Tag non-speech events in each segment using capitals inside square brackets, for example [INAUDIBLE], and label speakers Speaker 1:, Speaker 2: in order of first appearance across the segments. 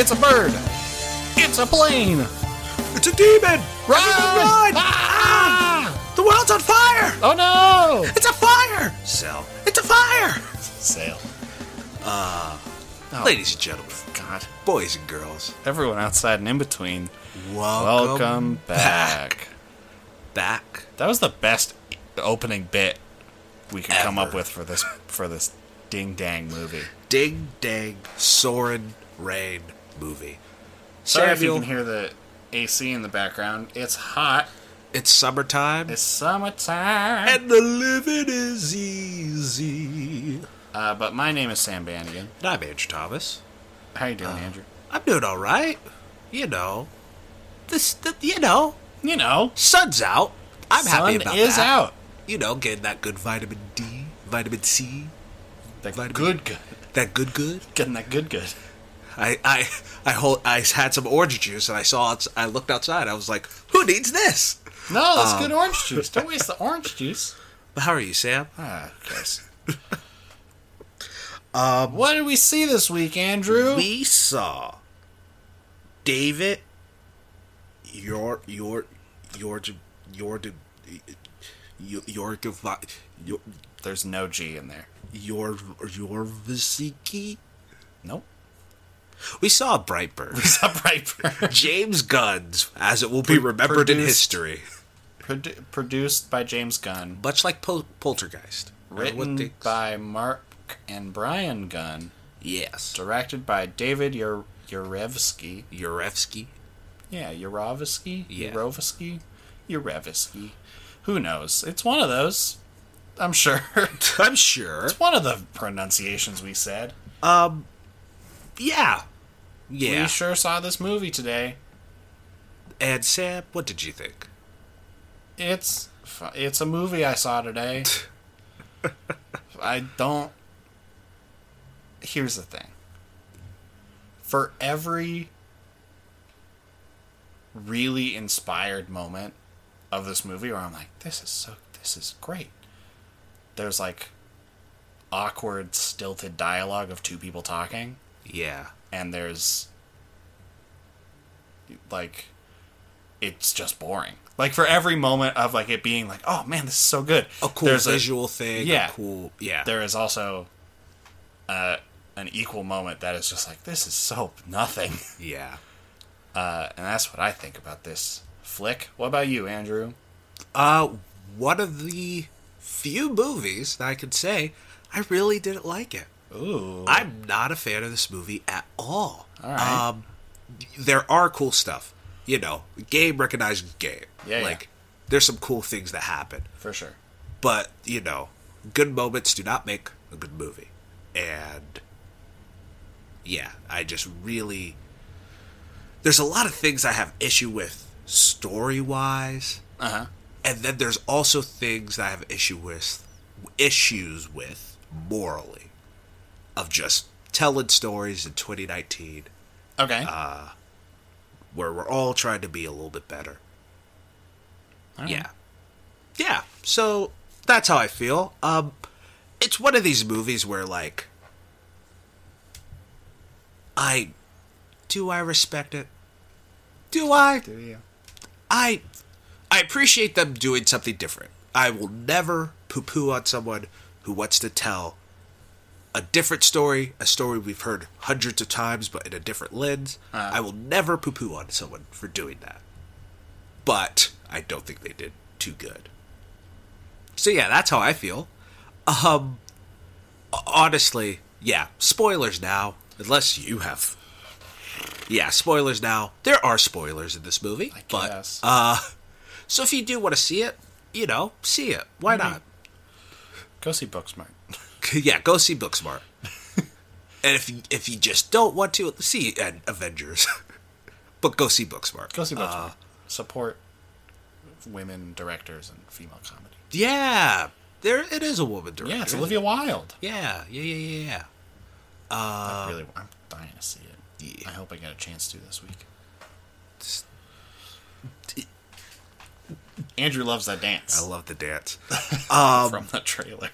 Speaker 1: It's a bird. It's a plane.
Speaker 2: It's a demon!
Speaker 1: Run!
Speaker 2: Run!
Speaker 1: Ah!
Speaker 2: The world's on fire!
Speaker 1: Oh no!
Speaker 2: It's a fire! Sell. It's a fire!
Speaker 1: Sail.
Speaker 2: Ladies and gentlemen,
Speaker 1: God.
Speaker 2: boys and girls,
Speaker 1: Everyone outside and in between.
Speaker 2: welcome,
Speaker 1: Welcome back.
Speaker 2: back.
Speaker 1: That was the best opening bit we could come
Speaker 2: Ever.
Speaker 1: up with for this for this ding dang movie.
Speaker 2: Ding dang, soaring rain movie.
Speaker 1: Sorry if you
Speaker 2: Samuel,
Speaker 1: can hear the AC in the background. It's hot.
Speaker 2: it's summertime,
Speaker 1: It's summertime.
Speaker 2: and the living is easy.
Speaker 1: Uh, but my name is Sam Bannigan.
Speaker 2: And I'm Andrew Thomas.
Speaker 1: How you
Speaker 2: Uh.
Speaker 1: doing, Andrew?
Speaker 2: I'm doing all right. You know, this, th- you know,
Speaker 1: You know,
Speaker 2: sun's out. I'm happy
Speaker 1: sun
Speaker 2: about
Speaker 1: is
Speaker 2: that.
Speaker 1: out.
Speaker 2: You know, getting that good vitamin D, vitamin C,
Speaker 1: The
Speaker 2: Vitamin-
Speaker 1: good, good,
Speaker 2: that good good.
Speaker 1: getting that good, good.
Speaker 2: I I I hold I had some orange juice and I saw outs- I looked outside. I was like, who needs this?
Speaker 1: No, that's good orange juice. Don't waste the [LAUGHS] orange juice.
Speaker 2: But how are you, Sam?
Speaker 1: Ah, who cares? what did we see this week, Andrew?
Speaker 2: We saw David your your your your your your your
Speaker 1: There's no G in there.
Speaker 2: your your Vasiki.
Speaker 1: [LAUGHS] Nope.
Speaker 2: We saw Brightburn.
Speaker 1: [LAUGHS] It's a Brightburn.
Speaker 2: James Gunn's, as it will be remembered in
Speaker 1: produced-
Speaker 2: history,
Speaker 1: [LAUGHS] Produ- produced by James Gunn.
Speaker 2: much like Pol- Poltergeist. Or what
Speaker 1: Written
Speaker 2: they-
Speaker 1: by Mark and Brian Gunn.
Speaker 2: yes,
Speaker 1: Directed by David Yur- Yurevsky.
Speaker 2: Yurevsky.
Speaker 1: Yeah, Yurovsky?
Speaker 2: Yeah.
Speaker 1: Yurovsky? Yurevsky. Who knows? It's one of those. I'm sure. [LAUGHS] it's
Speaker 2: [LAUGHS] I'm sure. Um,
Speaker 1: one of the pronunciations we said.
Speaker 2: Yeah. Yeah.
Speaker 1: We sure saw this movie today.
Speaker 2: and Sam, what did you think?
Speaker 1: It's fu- it's a movie I saw today. I don't Here's the thing. For every really inspired moment of this movie where I'm like, this is so this is great. There's like awkward stilted dialogue of two people talking
Speaker 2: Yeah.
Speaker 1: and there's like it's just boring. Like for every moment of like it being like, oh man, this is so good.
Speaker 2: A cool
Speaker 1: there's
Speaker 2: visual thing.
Speaker 1: yeah.
Speaker 2: Yeah. cool. Yeah.
Speaker 1: there is also uh, an equal moment that is just like this is so nothing, [LAUGHS]
Speaker 2: yeah.
Speaker 1: uh, and that's what I think about this flick. What about you, Andrew?
Speaker 2: Uh, one of the few movies that I could say I really didn't like it.
Speaker 1: Ooh,
Speaker 2: I'm not a fan of this movie at all.
Speaker 1: All right.
Speaker 2: Um, there are cool stuff. You know, game recognizes game.
Speaker 1: Yeah, yeah.
Speaker 2: Like, there's some cool things that happen.
Speaker 1: for sure.
Speaker 2: but you know, good moments do not make a good movie. And yeah, I just really there's a lot of things I have issue with story wise,
Speaker 1: Uh huh.
Speaker 2: and then there's also things that I have issue with issues with morally of just telling stories in 2019
Speaker 1: Okay.
Speaker 2: where we're all trying to be a little bit better. Yeah. Yeah. So that's how I feel. Um it's one of these movies where like I do I respect it? Do I?
Speaker 1: Do you?
Speaker 2: I I appreciate them doing something different. I will never poo poo on someone who wants to tell a different story, a story we've heard hundreds of times but in a different lens.
Speaker 1: Uh.
Speaker 2: I will never poo poo on someone for doing that. But I don't think they did too good. So yeah, that's how I feel. Um honestly, yeah, spoilers now. Unless you have Yeah, spoilers now. There are spoilers in this movie. but
Speaker 1: guess.
Speaker 2: uh so if you do want to see it, you know, see it. Why
Speaker 1: Mm-hmm.
Speaker 2: not? [LAUGHS]
Speaker 1: Go see Booksmart.
Speaker 2: yeah, go
Speaker 1: [LAUGHS]
Speaker 2: see Booksmart. and if you, if you just don't want to, see uh, Avengers. [LAUGHS] but go see Booksmart.
Speaker 1: Go see Booksmart. Support women directors and female comedy.
Speaker 2: Yeah, there it is a woman director.
Speaker 1: Yeah, it's Olivia Wilde.
Speaker 2: Yeah, yeah, yeah, yeah, yeah.
Speaker 1: I really, I'm dying to see it.
Speaker 2: Yeah.
Speaker 1: I hope I get a chance to this week. Andrew loves that dance
Speaker 2: I love
Speaker 1: [LAUGHS]
Speaker 2: the dance.
Speaker 1: from the trailer.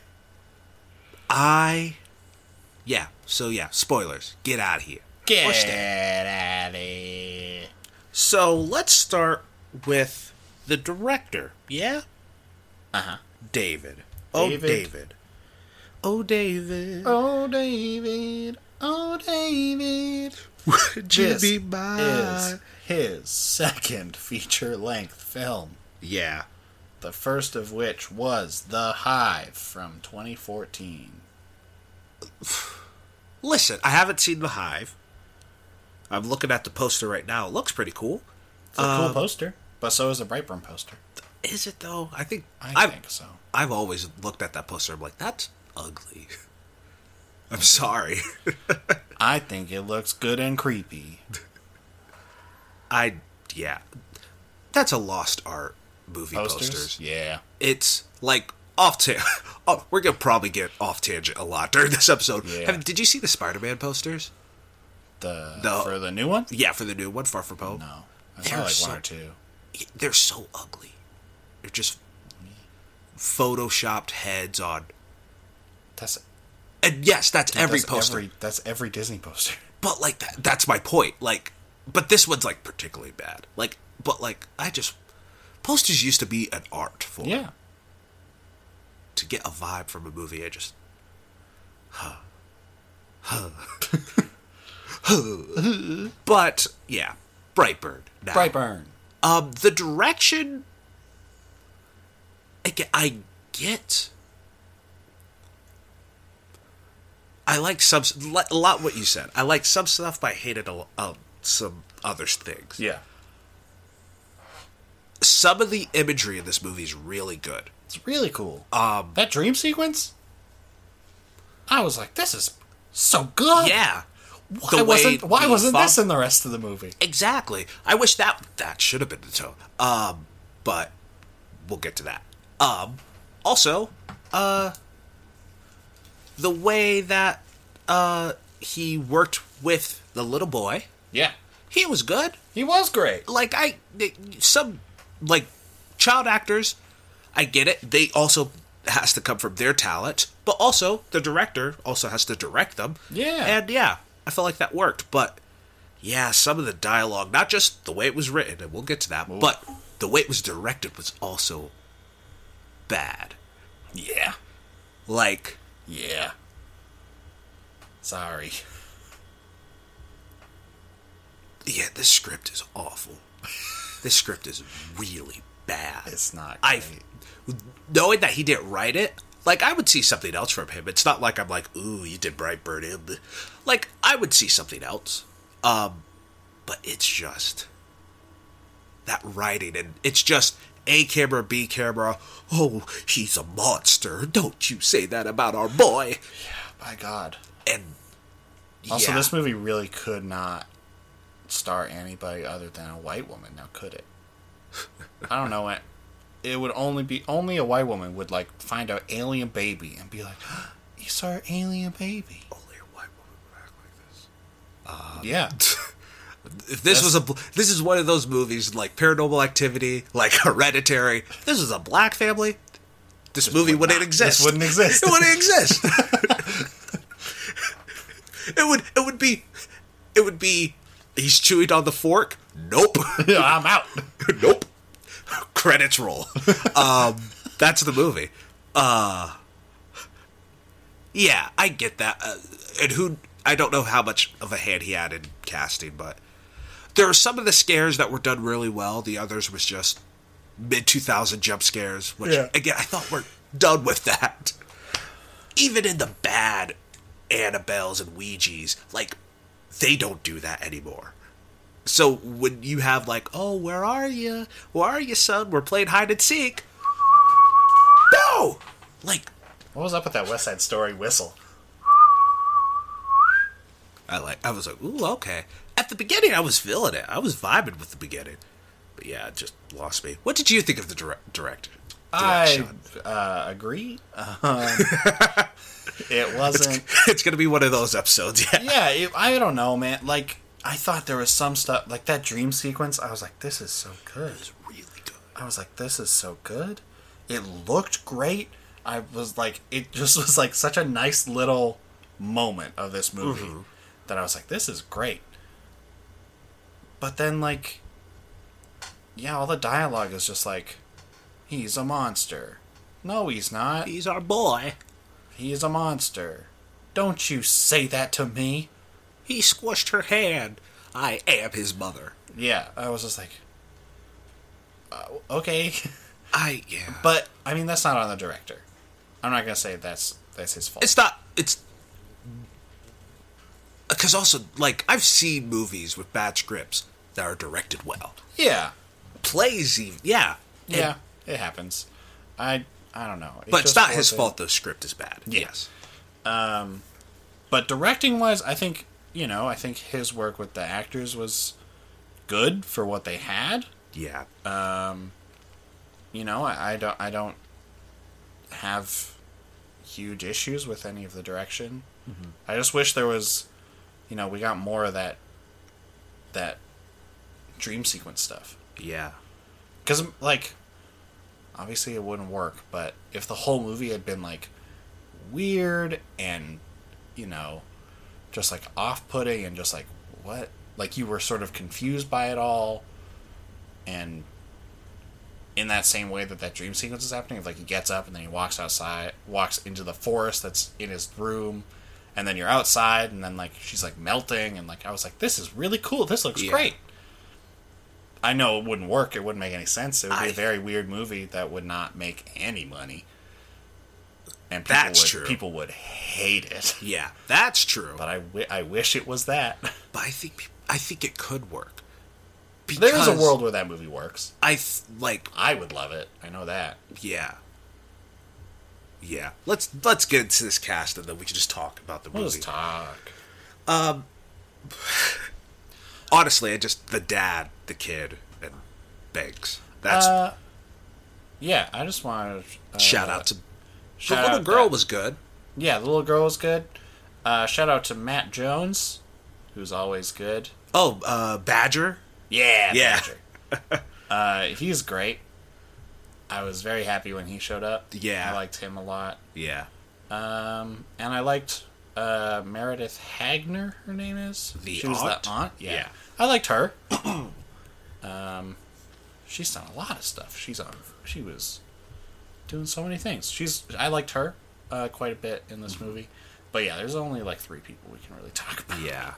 Speaker 2: I, yeah. So yeah, spoilers. Get out of here.
Speaker 1: Get
Speaker 2: stay.
Speaker 1: out of here.
Speaker 2: So let's start with the director. Yeah?
Speaker 1: Uh huh.
Speaker 2: David. Oh,
Speaker 1: David.
Speaker 2: David. Oh, David.
Speaker 1: Oh, David. Oh, David. [LAUGHS]
Speaker 2: Would you
Speaker 1: This
Speaker 2: be mine?
Speaker 1: is his second feature length film,
Speaker 2: Yeah.
Speaker 1: the first of which was The Hive from 2014.
Speaker 2: Listen, I haven't seen The Hive. I'm looking at the poster right now. It looks pretty cool.
Speaker 1: It's a cool poster, but so is a Brightburn poster.
Speaker 2: Is it though? I think
Speaker 1: I
Speaker 2: I've-
Speaker 1: think so.
Speaker 2: I've always looked at that poster. I'm like, that's ugly. [LAUGHS] I'm sorry. [LAUGHS]
Speaker 1: I think it looks good and creepy.
Speaker 2: I yeah, that's a lost art movie posters.
Speaker 1: Posters? Yeah.
Speaker 2: It's like off ta- [LAUGHS] oh, We're gonna probably get off tangent a lot during this episode.
Speaker 1: Yeah.
Speaker 2: Have- did you see the Spider-Man posters?
Speaker 1: The,
Speaker 2: The-
Speaker 1: for the new one?
Speaker 2: Yeah, for the new one, Far From Home.
Speaker 1: No. I
Speaker 2: They're
Speaker 1: saw like
Speaker 2: so-
Speaker 1: one or two.
Speaker 2: It- They're so ugly. They're just photoshopped heads on.
Speaker 1: That's
Speaker 2: And yes, that's every
Speaker 1: that's
Speaker 2: poster.
Speaker 1: Every, that's every Disney poster.
Speaker 2: But like that, that's my point. Like, but this one's like particularly bad. Like, but like I just posters used to be an art form.
Speaker 1: Yeah.
Speaker 2: To get a vibe from a movie, I just [LAUGHS] huh, huh, huh. but yeah, Brightburn. Now.
Speaker 1: Brightburn.
Speaker 2: Um, the direction. I get. I get I like some li- a lot what you said. I like some stuff, but I hated a, lo- um, some other things.
Speaker 1: Yeah.
Speaker 2: Some of the imagery in this movie is really good.
Speaker 1: It's really cool. Um, that dream sequence. I was like, this is so good.
Speaker 2: Yeah,
Speaker 1: Why wasn't Why wasn't this in the rest of the movie?
Speaker 2: exactly? I wish that that should have been the tone. Um, but we'll get to that. Um, also, uh, the way that uh he worked with the little boy,
Speaker 1: Yeah,
Speaker 2: he was good.
Speaker 1: he was great.
Speaker 2: like I some like child actors, I get it. They also has to come from their talent, but also the director also has to direct them.
Speaker 1: Yeah.
Speaker 2: and yeah, I felt like that worked. But yeah, some of the dialogue, not just the way it was written, and we'll get to that, but the way it was directed was also bad.
Speaker 1: Yeah,
Speaker 2: Like
Speaker 1: yeah. Sorry. [LAUGHS]
Speaker 2: yeah, this script is awful. [LAUGHS] this script is really bad.
Speaker 1: It's not
Speaker 2: I
Speaker 1: great.
Speaker 2: knowing that he didn't write it. Like I would see something else from him. It's not like I'm like, ooh, you did Brightburn. eh, bleh." Like I would see something else. Um, but it's just that writing, and it's just a camera, B camera. Oh, he's a monster! Don't you say that about our boy.
Speaker 1: By God.
Speaker 2: And
Speaker 1: Also,
Speaker 2: yeah.
Speaker 1: this movie really could not star anybody other than a white woman. Now, could it? I don't know. It. It would only be only a white woman would like find out alien baby and be like, [GASPS] "It's our alien baby."
Speaker 2: only a white woman would act like this.
Speaker 1: Yeah. [LAUGHS]
Speaker 2: If this was a bl- this is one of those movies like Paranormal Activity, like [LAUGHS] Hereditary. If this was a black family. This, movie
Speaker 1: would
Speaker 2: wouldn't
Speaker 1: not-
Speaker 2: exist.
Speaker 1: this wouldn't exist.
Speaker 2: [LAUGHS] it
Speaker 1: [LAUGHS]
Speaker 2: wouldn't exist. it would it would be it would be he's chewing on the fork. Nope. [LAUGHS]
Speaker 1: I'm out.
Speaker 2: nope. Credits roll. [LAUGHS] Um that's the movie. Uh Yeah, I get that. Uh, and who I don't know how much of a hand he had in casting, but there were some of the scares that were done really well. The others was just mid 2000 jump scares, which
Speaker 1: Yeah.
Speaker 2: again I thought we're done with that. Even in the bad Annabelles and Ouija's, like they don't do that anymore. So when you have like, oh, where are you? Where are you, son? We're playing hide and seek. No, like
Speaker 1: What was up with that West Side Story whistle?
Speaker 2: I like I was like, ooh, okay. At the beginning, I was feeling it. I was vibing with the beginning, but yeah, it just lost me. What did you think of the direct director?
Speaker 1: I uh, agree. Um, it wasn't.
Speaker 2: [LAUGHS] it's gonna be one of those episodes. [LAUGHS] Yeah,
Speaker 1: Yeah, it, I don't know, man. Like I thought there was some stuff like that dream sequence. I was like, this is so good.
Speaker 2: it's really good.
Speaker 1: I was like, this is so good. It looked great. [LAUGHS] I was like, it just was like such a nice little moment of this movie that I was like, this is great. But then, like, yeah, all the dialogue is just like, he's a monster. No, he's not.
Speaker 2: He's our boy.
Speaker 1: He is a monster. Don't you say that to me.
Speaker 2: He squished her hand. I am his mother.
Speaker 1: Yeah, I was just like, uh, okay. [LAUGHS]
Speaker 2: I yeah.
Speaker 1: but, I mean, that's not on the director. I'm not going to say that's that's his fault.
Speaker 2: It's not. It's because also like I've seen movies with bad scripts that are directed well.
Speaker 1: yeah.
Speaker 2: Plays even yeah And-
Speaker 1: Yeah, it happens. I I don't know. It
Speaker 2: but it's
Speaker 1: just
Speaker 2: not his
Speaker 1: wasn't-
Speaker 2: fault the script is bad.
Speaker 1: Yeah. But directing wise, I think you know, I think his work with the actors was good for what they had.
Speaker 2: Yeah. Uh,
Speaker 1: You know, I, I don't I don't have huge issues with any of the direction.
Speaker 2: Mm-hmm.
Speaker 1: I just wish there was, you know, we got more of that that dream sequence stuff.
Speaker 2: yeah.
Speaker 1: Because, like, obviously it wouldn't work, but if the whole movie had been, like, weird and, you know, just, like, off putting and just, like, what? Like, you were sort of confused by it all. And in that same way that that dream sequence is happening, of, like, he gets up and then he walks outside, walks into the forest that's in his room. And then you're outside, and then, like, she's, like, melting. And, like, I was like, this is really cool. This looks
Speaker 2: Yeah.
Speaker 1: great. I know it wouldn't work. It wouldn't make any sense. It would be
Speaker 2: I-
Speaker 1: a very weird movie that would not make any money. And people
Speaker 2: That's
Speaker 1: would,
Speaker 2: true.
Speaker 1: People would hate it. [LAUGHS]
Speaker 2: Yeah. That's true.
Speaker 1: But I, wi- I wish it was that. [LAUGHS]
Speaker 2: But I think peop- I think it could work. Because
Speaker 1: There is a world where that movie works.
Speaker 2: I th- like
Speaker 1: I would love it. I know that.
Speaker 2: yeah. Yeah. Let's let's get into this cast and then we can just talk about the
Speaker 1: We'll
Speaker 2: movie.
Speaker 1: just talk.
Speaker 2: Honestly, I just the dad, the kid, and Banks. That's
Speaker 1: Uh, yeah, I just wanted uh,
Speaker 2: shout out to the
Speaker 1: shout
Speaker 2: little
Speaker 1: out
Speaker 2: girl
Speaker 1: that-
Speaker 2: was good.
Speaker 1: yeah, the little girl was good. Uh, shout out to Matt Jones, who's always good.
Speaker 2: Oh, uh, Badger.
Speaker 1: Yeah,
Speaker 2: Yeah.
Speaker 1: Badger.
Speaker 2: [LAUGHS]
Speaker 1: uh, he's great. I was very happy when he showed up.
Speaker 2: Yeah.
Speaker 1: I liked him a lot.
Speaker 2: Yeah,
Speaker 1: Um, and I liked uh, Meredith Hagner. Her name is
Speaker 2: The
Speaker 1: she was
Speaker 2: aunt?
Speaker 1: the aunt. Yeah.
Speaker 2: Yeah.
Speaker 1: I liked her. [COUGHS] um, she's done a lot of stuff. She's on. She was doing so many things. She's. I liked her uh, quite a bit in
Speaker 2: Mm-hmm.
Speaker 1: this movie. But yeah, there's only like three people we can really talk about
Speaker 2: yeah.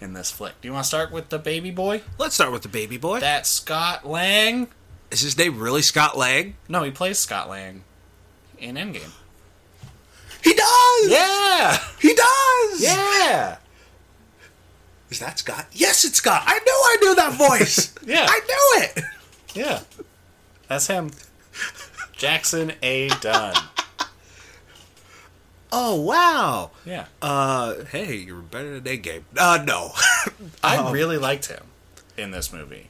Speaker 1: in this flick. Do you want to start with the baby boy?
Speaker 2: Let's start with the baby boy.
Speaker 1: That Scott Lang.
Speaker 2: Is his name really Scott Lang?
Speaker 1: No, he plays Scott Lang in Endgame.
Speaker 2: He does.
Speaker 1: Yeah, [LAUGHS]
Speaker 2: he does.
Speaker 1: yeah.
Speaker 2: Is that Scott? Yes, it's Scott. I knew I knew that voice.
Speaker 1: [LAUGHS] Yeah.
Speaker 2: I knew it.
Speaker 1: Yeah. That's him. Jackson A. Dunn.
Speaker 2: Oh wow.
Speaker 1: Yeah.
Speaker 2: Uh, hey, you're better than Endgame. Uh, no. [LAUGHS] Um,
Speaker 1: I really liked him in this movie.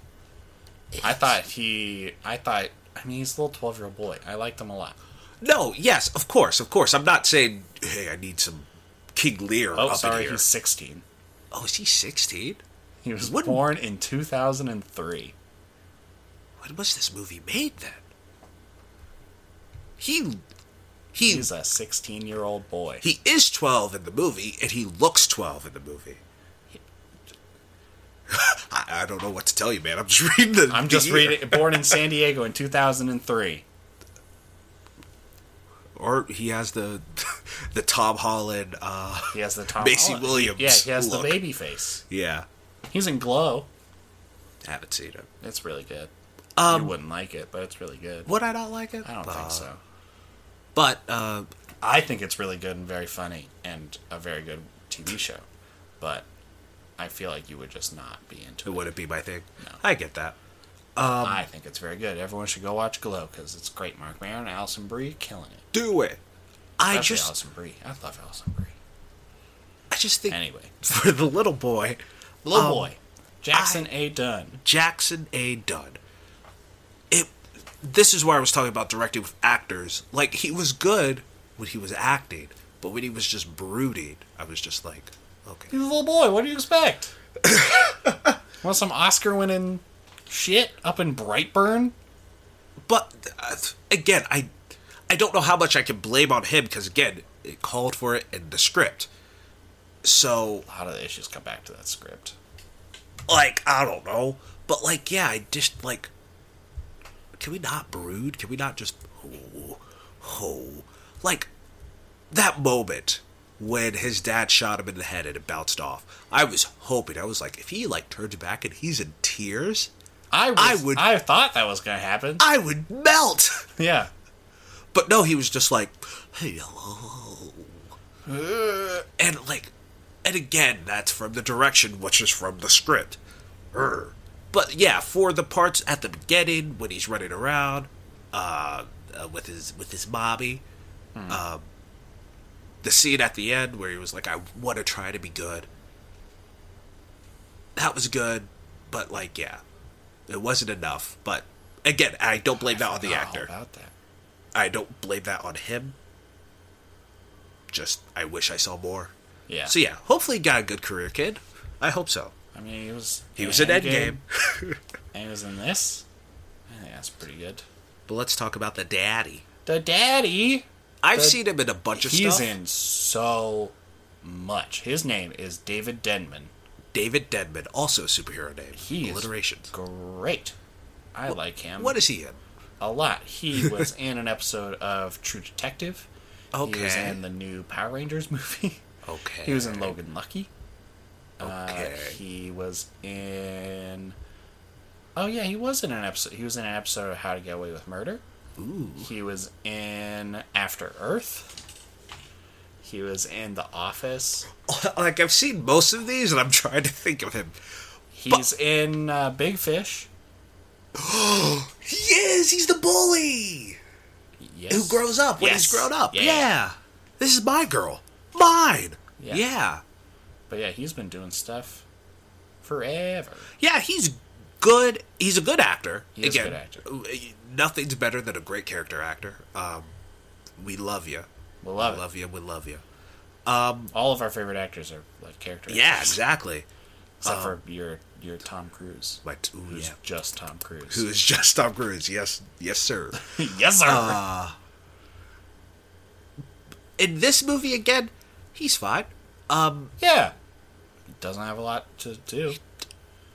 Speaker 1: I thought he. I thought. I mean, he's a little 12 year old boy. I liked him a lot.
Speaker 2: no. Yes, of course, of course. I'm not saying. Hey, I need some King Lear
Speaker 1: Oh,
Speaker 2: up in
Speaker 1: sorry.
Speaker 2: here.
Speaker 1: He's 16.
Speaker 2: Oh, is he 16?
Speaker 1: He was
Speaker 2: Wouldn't-
Speaker 1: born in 2003.
Speaker 2: When was this movie made then? He he
Speaker 1: He's a 16 year old boy.
Speaker 2: he is 12 in the movie and he looks 12 in the movie. [LAUGHS] I, I don't know what to tell you, man. I'm just [LAUGHS] reading the
Speaker 1: I'm
Speaker 2: the
Speaker 1: just
Speaker 2: year.
Speaker 1: reading. Born
Speaker 2: [LAUGHS]
Speaker 1: in San Diego in 2003.
Speaker 2: Or he has the [LAUGHS] the Tom Holland uh
Speaker 1: He has the Tom
Speaker 2: Macy
Speaker 1: Holland-
Speaker 2: Williams
Speaker 1: Yeah, he has
Speaker 2: look.
Speaker 1: the baby face.
Speaker 2: yeah,
Speaker 1: He's in Glow.
Speaker 2: haven't seen it.
Speaker 1: It's really good.
Speaker 2: Um,
Speaker 1: you wouldn't like it, but it's really good.
Speaker 2: Would I not like it?
Speaker 1: I don't
Speaker 2: Uh,
Speaker 1: think so.
Speaker 2: But uh
Speaker 1: I think it's really good and very funny and a very good TV show, but I feel like you would just not be into it.
Speaker 2: would it be my thing?
Speaker 1: No.
Speaker 2: I get that. Um,
Speaker 1: I think it's very good. Everyone should go watch Glow because it's great. Mark Maron, Allison Brie, killing it.
Speaker 2: Do it. I
Speaker 1: Especially
Speaker 2: just
Speaker 1: Allison Brie. I love Allison Brie.
Speaker 2: I just think
Speaker 1: Anyway,
Speaker 2: [LAUGHS] for the little boy,
Speaker 1: Little
Speaker 2: um,
Speaker 1: Boy, Jackson A. Dunn.
Speaker 2: Jackson A. Dunn. It. This is where I was talking about directing with actors. Like he was good when he was acting, but when he was just brooding, I was just like, okay.
Speaker 1: He's a little boy. What do you
Speaker 2: [LAUGHS]
Speaker 1: expect? Want some Oscar-winning shit up in Brightburn?
Speaker 2: But uh, again, I, I don't know how much I can blame on him because again, it called for it in the script. So,
Speaker 1: A lot of the issues come back to that script.
Speaker 2: like, I don't know. But, like, yeah, I just, like, can we not brood? Can we not just, oh, oh. Like, that moment when his dad shot him in the head and it bounced off, I was hoping, I was like, if he, like, turns back and he's in tears,
Speaker 1: I was,
Speaker 2: I
Speaker 1: I
Speaker 2: would-
Speaker 1: thought that was gonna happen.
Speaker 2: I would melt. [LAUGHS]
Speaker 1: yeah.
Speaker 2: But no, he was just like, hello. And like, and again, that's from the direction, which is from the script. Err. But yeah, for the parts at the beginning when he's running around, uh, uh with his with his mommy, um, the scene at the end where he was like, I want to try to be good. That was good, but like, yeah, it wasn't enough. But again, I don't blame that on the
Speaker 1: Forgot all
Speaker 2: actor.
Speaker 1: about that.
Speaker 2: I don't blame that on him. Just I wish I saw more.
Speaker 1: Yeah.
Speaker 2: So yeah, hopefully he got a good career, kid. I hope so.
Speaker 1: I mean, he was
Speaker 2: He was in Endgame,
Speaker 1: And he was in this. I think that's pretty good.
Speaker 2: but let's talk about the daddy.
Speaker 1: The daddy.
Speaker 2: I've
Speaker 1: The-
Speaker 2: seen him in a bunch of
Speaker 1: He's
Speaker 2: stuff.
Speaker 1: in so much. His name is David Denman.
Speaker 2: David Denman, also a superhero name.
Speaker 1: He is
Speaker 2: Alliterations.
Speaker 1: great. I like him
Speaker 2: What is he in?
Speaker 1: a lot.
Speaker 2: [LAUGHS]
Speaker 1: He was in an episode of True Detective. He was
Speaker 2: Okay.
Speaker 1: in the new Power Rangers [LAUGHS] movie.
Speaker 2: Okay.
Speaker 1: He was in Logan Lucky.
Speaker 2: Okay.
Speaker 1: Uh, he was in. Oh yeah, he was in an episode. He was in an episode of How to Get Away with Murder.
Speaker 2: Ooh. [LAUGHS]
Speaker 1: He was in After Earth. He was in The Office.
Speaker 2: Like I've seen most of these, and I'm trying to think of him.
Speaker 1: He's in uh, Big Fish.
Speaker 2: He is. He's the bully
Speaker 1: Yes.
Speaker 2: who grows up when he's
Speaker 1: Yes.
Speaker 2: grown up.
Speaker 1: Yeah.
Speaker 2: yeah. This is my girl. Mine.
Speaker 1: Yeah.
Speaker 2: yeah.
Speaker 1: But yeah, he's been doing stuff forever.
Speaker 2: Yeah, he's good. He's a good actor.
Speaker 1: He is a good actor.
Speaker 2: Nothing's better than a great character actor. Um, we love you.
Speaker 1: We love it.
Speaker 2: Love you.
Speaker 1: [LAUGHS]
Speaker 2: We love you.
Speaker 1: All of our favorite actors are like characters.
Speaker 2: Yeah, exactly.
Speaker 1: Except for your your Tom Cruise.
Speaker 2: Like, ooh,
Speaker 1: Who's
Speaker 2: yeah.
Speaker 1: just Tom Cruise.
Speaker 2: Who [LAUGHS] is just Tom Cruise? Yes,
Speaker 1: [LAUGHS]
Speaker 2: yes, sir.
Speaker 1: yes, sir.
Speaker 2: Uh, In this movie again, he's fine. Um,
Speaker 1: yeah. He doesn't have a lot to do.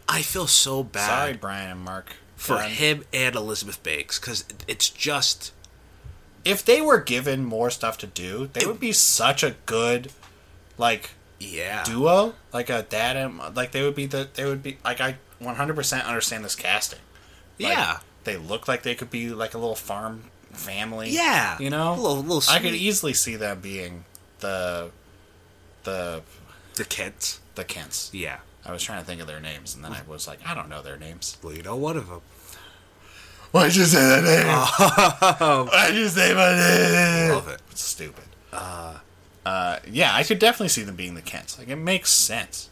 Speaker 2: I feel so bad
Speaker 1: Sorry, Brian and Mark.
Speaker 2: for
Speaker 1: Um,
Speaker 2: him and Elizabeth Banks because it's just
Speaker 1: [LAUGHS] If they were given more stuff to do, they would be such a good, like,
Speaker 2: yeah.
Speaker 1: duo. Like a dad and like they would be the they would be like I 100% understand this casting. Like,
Speaker 2: yeah.
Speaker 1: They look like they could be like a little farm family.
Speaker 2: Yeah.
Speaker 1: You know?
Speaker 2: A little- little
Speaker 1: I could
Speaker 2: sweet.
Speaker 1: easily see them being the the
Speaker 2: The Kents.
Speaker 1: the Kents.
Speaker 2: Yeah.
Speaker 1: I was trying to think of their names and then I was like, I don't know their names.
Speaker 2: Well, you know one of them.
Speaker 1: Why'd you say that [LAUGHS] name? Why'd you say my name?
Speaker 2: Love it.
Speaker 1: Oh. It's stupid. Uh uh yeah, I could definitely see them being the Kents. Like it makes sense.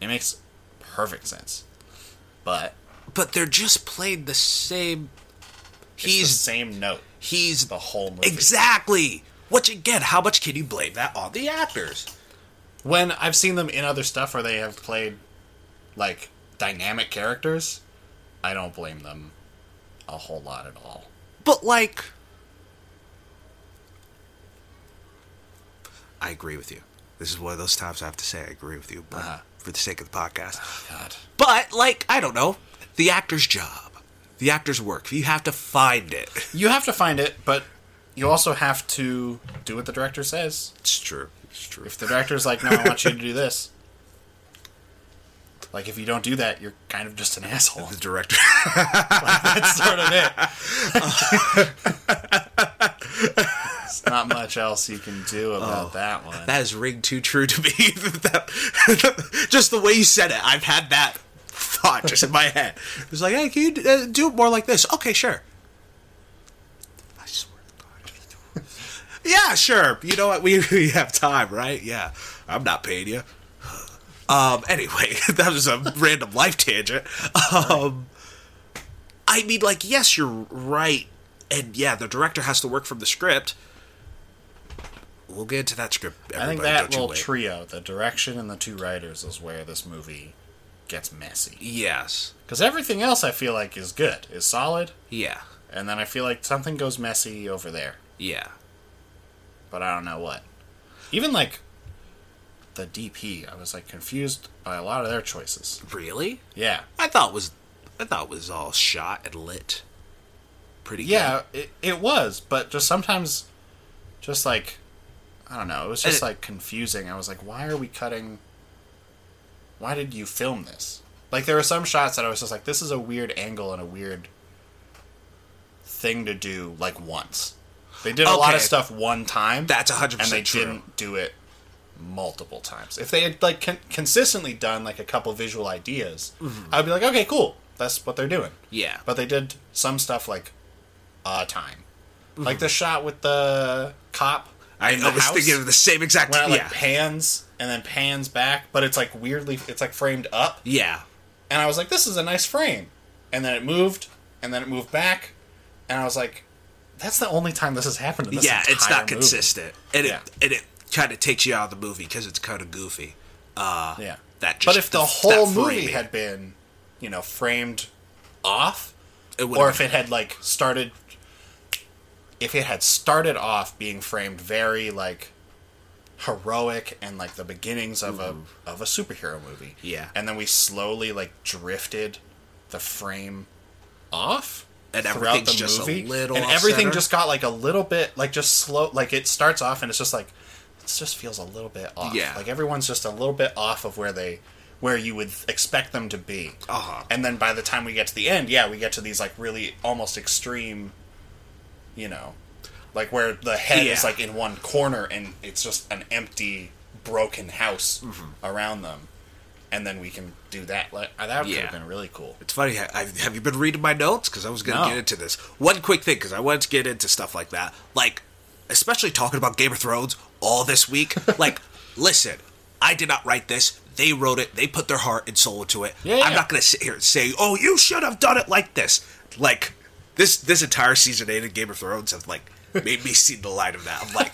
Speaker 1: It makes perfect sense. But
Speaker 2: But they're just playing the same.
Speaker 1: it's the
Speaker 2: He's
Speaker 1: same note
Speaker 2: he's
Speaker 1: the whole movie.
Speaker 2: Exactly. Which again, how much can you blame that on the actors?
Speaker 1: when I've seen them in other stuff where they have played like dynamic characters, I don't blame them a whole lot at all.
Speaker 2: But like, I agree with you. This is one of those times I have to say I agree with you, but for the sake of the podcast.
Speaker 1: God.
Speaker 2: But like, I don't know, the actor's job, the actor's work. You have to find it.
Speaker 1: You have to find it, but you also have to do what the director says.
Speaker 2: It's true. It's true.
Speaker 1: If the director's like, no, I want you to do this. Like, if you don't do that, you're kind of just an asshole. [LAUGHS]
Speaker 2: The [LAUGHS] director.
Speaker 1: That's sort of it. It's not much else you can do about that one.
Speaker 2: Oh, That is ring too true to me. [LAUGHS] That- [LAUGHS] just the way you said it, I've had that thought just in my head. It was like, hey, can you d- uh, do it more like this? Okay, sure. I swear to God. I just- [LAUGHS] yeah, sure. You know what? We, [LAUGHS] we have time, right? Yeah. I'm not paying you. Um, anyway, [LAUGHS] that was a random life tangent. Um, I mean, like, yes, you're right. And yeah, the director has to work from the script. We'll get into that script.
Speaker 1: I think
Speaker 2: Everybody,
Speaker 1: that
Speaker 2: don't you
Speaker 1: little
Speaker 2: wait.
Speaker 1: trio, the direction and the two writers, is where this movie gets messy.
Speaker 2: Yes.
Speaker 1: Because everything else I feel like is good, is solid,
Speaker 2: Yeah.
Speaker 1: and then I feel like something goes messy over there,
Speaker 2: Yeah.
Speaker 1: but I don't know what. Even like the DP. I was like confused by a lot of their choices.
Speaker 2: Really?
Speaker 1: Yeah,
Speaker 2: I thought was I thought was all shot and lit. Pretty
Speaker 1: yeah, it, it was, but just sometimes, just like, I don't know, it was just
Speaker 2: And it-
Speaker 1: like confusing. I was like, why are we cutting? Why did you film this? Like, there were some shots that I was just like, this is a weird angle and a weird thing to do like once. They did a lot of
Speaker 2: Okay.
Speaker 1: stuff one time.
Speaker 2: That's 100%
Speaker 1: and they
Speaker 2: true.
Speaker 1: didn't do it multiple times. If they had like con- consistently done like a couple visual ideas,
Speaker 2: Mm-hmm.
Speaker 1: I'd be like, okay, cool, that's what they're doing.
Speaker 2: Yeah.
Speaker 1: but they did some stuff like a time, like the shot with the cop.
Speaker 2: Mm-hmm. I,
Speaker 1: in
Speaker 2: I was
Speaker 1: house,
Speaker 2: thinking of the same exact.
Speaker 1: when it, like
Speaker 2: yeah.
Speaker 1: pans and then pans back, but it's like weirdly, it's like framed up,
Speaker 2: yeah.
Speaker 1: and I was like, this is a nice frame, and then it moved, and then it moved back, and I was like. That's the only time this has happened. In this
Speaker 2: yeah, it's
Speaker 1: entire
Speaker 2: not
Speaker 1: movie."
Speaker 2: consistent, and
Speaker 1: Yeah.
Speaker 2: it and it kind of takes you out of the movie because it's kind of goofy. Uh,
Speaker 1: Yeah.
Speaker 2: that
Speaker 1: but
Speaker 2: just-
Speaker 1: if the,
Speaker 2: that
Speaker 1: whole
Speaker 2: framing.
Speaker 1: movie had been, you know, framed off,
Speaker 2: it would've
Speaker 1: or
Speaker 2: been-
Speaker 1: if it had like started, if it had started off being framed very like heroic and like the beginnings of a of a superhero movie,
Speaker 2: Mm-hmm. Yeah.
Speaker 1: and then we slowly like drifted the frame off.
Speaker 2: And
Speaker 1: throughout
Speaker 2: everything's just a little
Speaker 1: and
Speaker 2: off
Speaker 1: everything
Speaker 2: center.
Speaker 1: just got like a little bit, like just slow, like it starts off and it's just like it just feels a little bit off.
Speaker 2: Yeah.
Speaker 1: like everyone's just a little bit off of where they where you would expect them to be.
Speaker 2: Uh-huh.
Speaker 1: And then by the time we get to the end, yeah, we get to these like really almost extreme, you know, like where the head is
Speaker 2: Yeah.
Speaker 1: like in one corner and it's just an empty, broken house
Speaker 2: Mm-hmm.
Speaker 1: around them. And then we can do that. Like uh, that could
Speaker 2: Yeah.
Speaker 1: have been really cool.
Speaker 2: It's funny. ha- I've, have you been reading my notes? Because I was going to
Speaker 1: No.
Speaker 2: get into this. One quick thing, because I wanted to get into stuff like that. Like, especially talking about Game of Thrones all
Speaker 1: [LAUGHS]
Speaker 2: this week. like, listen, I did not write this. They wrote it. They put their heart and soul into it.
Speaker 1: Yeah, yeah.
Speaker 2: I'm not going to sit here and say, oh, you should have done it like this. Like, this this entire season eight of Game of Thrones have, like, made me see the light of that. I'm
Speaker 1: [LAUGHS]
Speaker 2: like,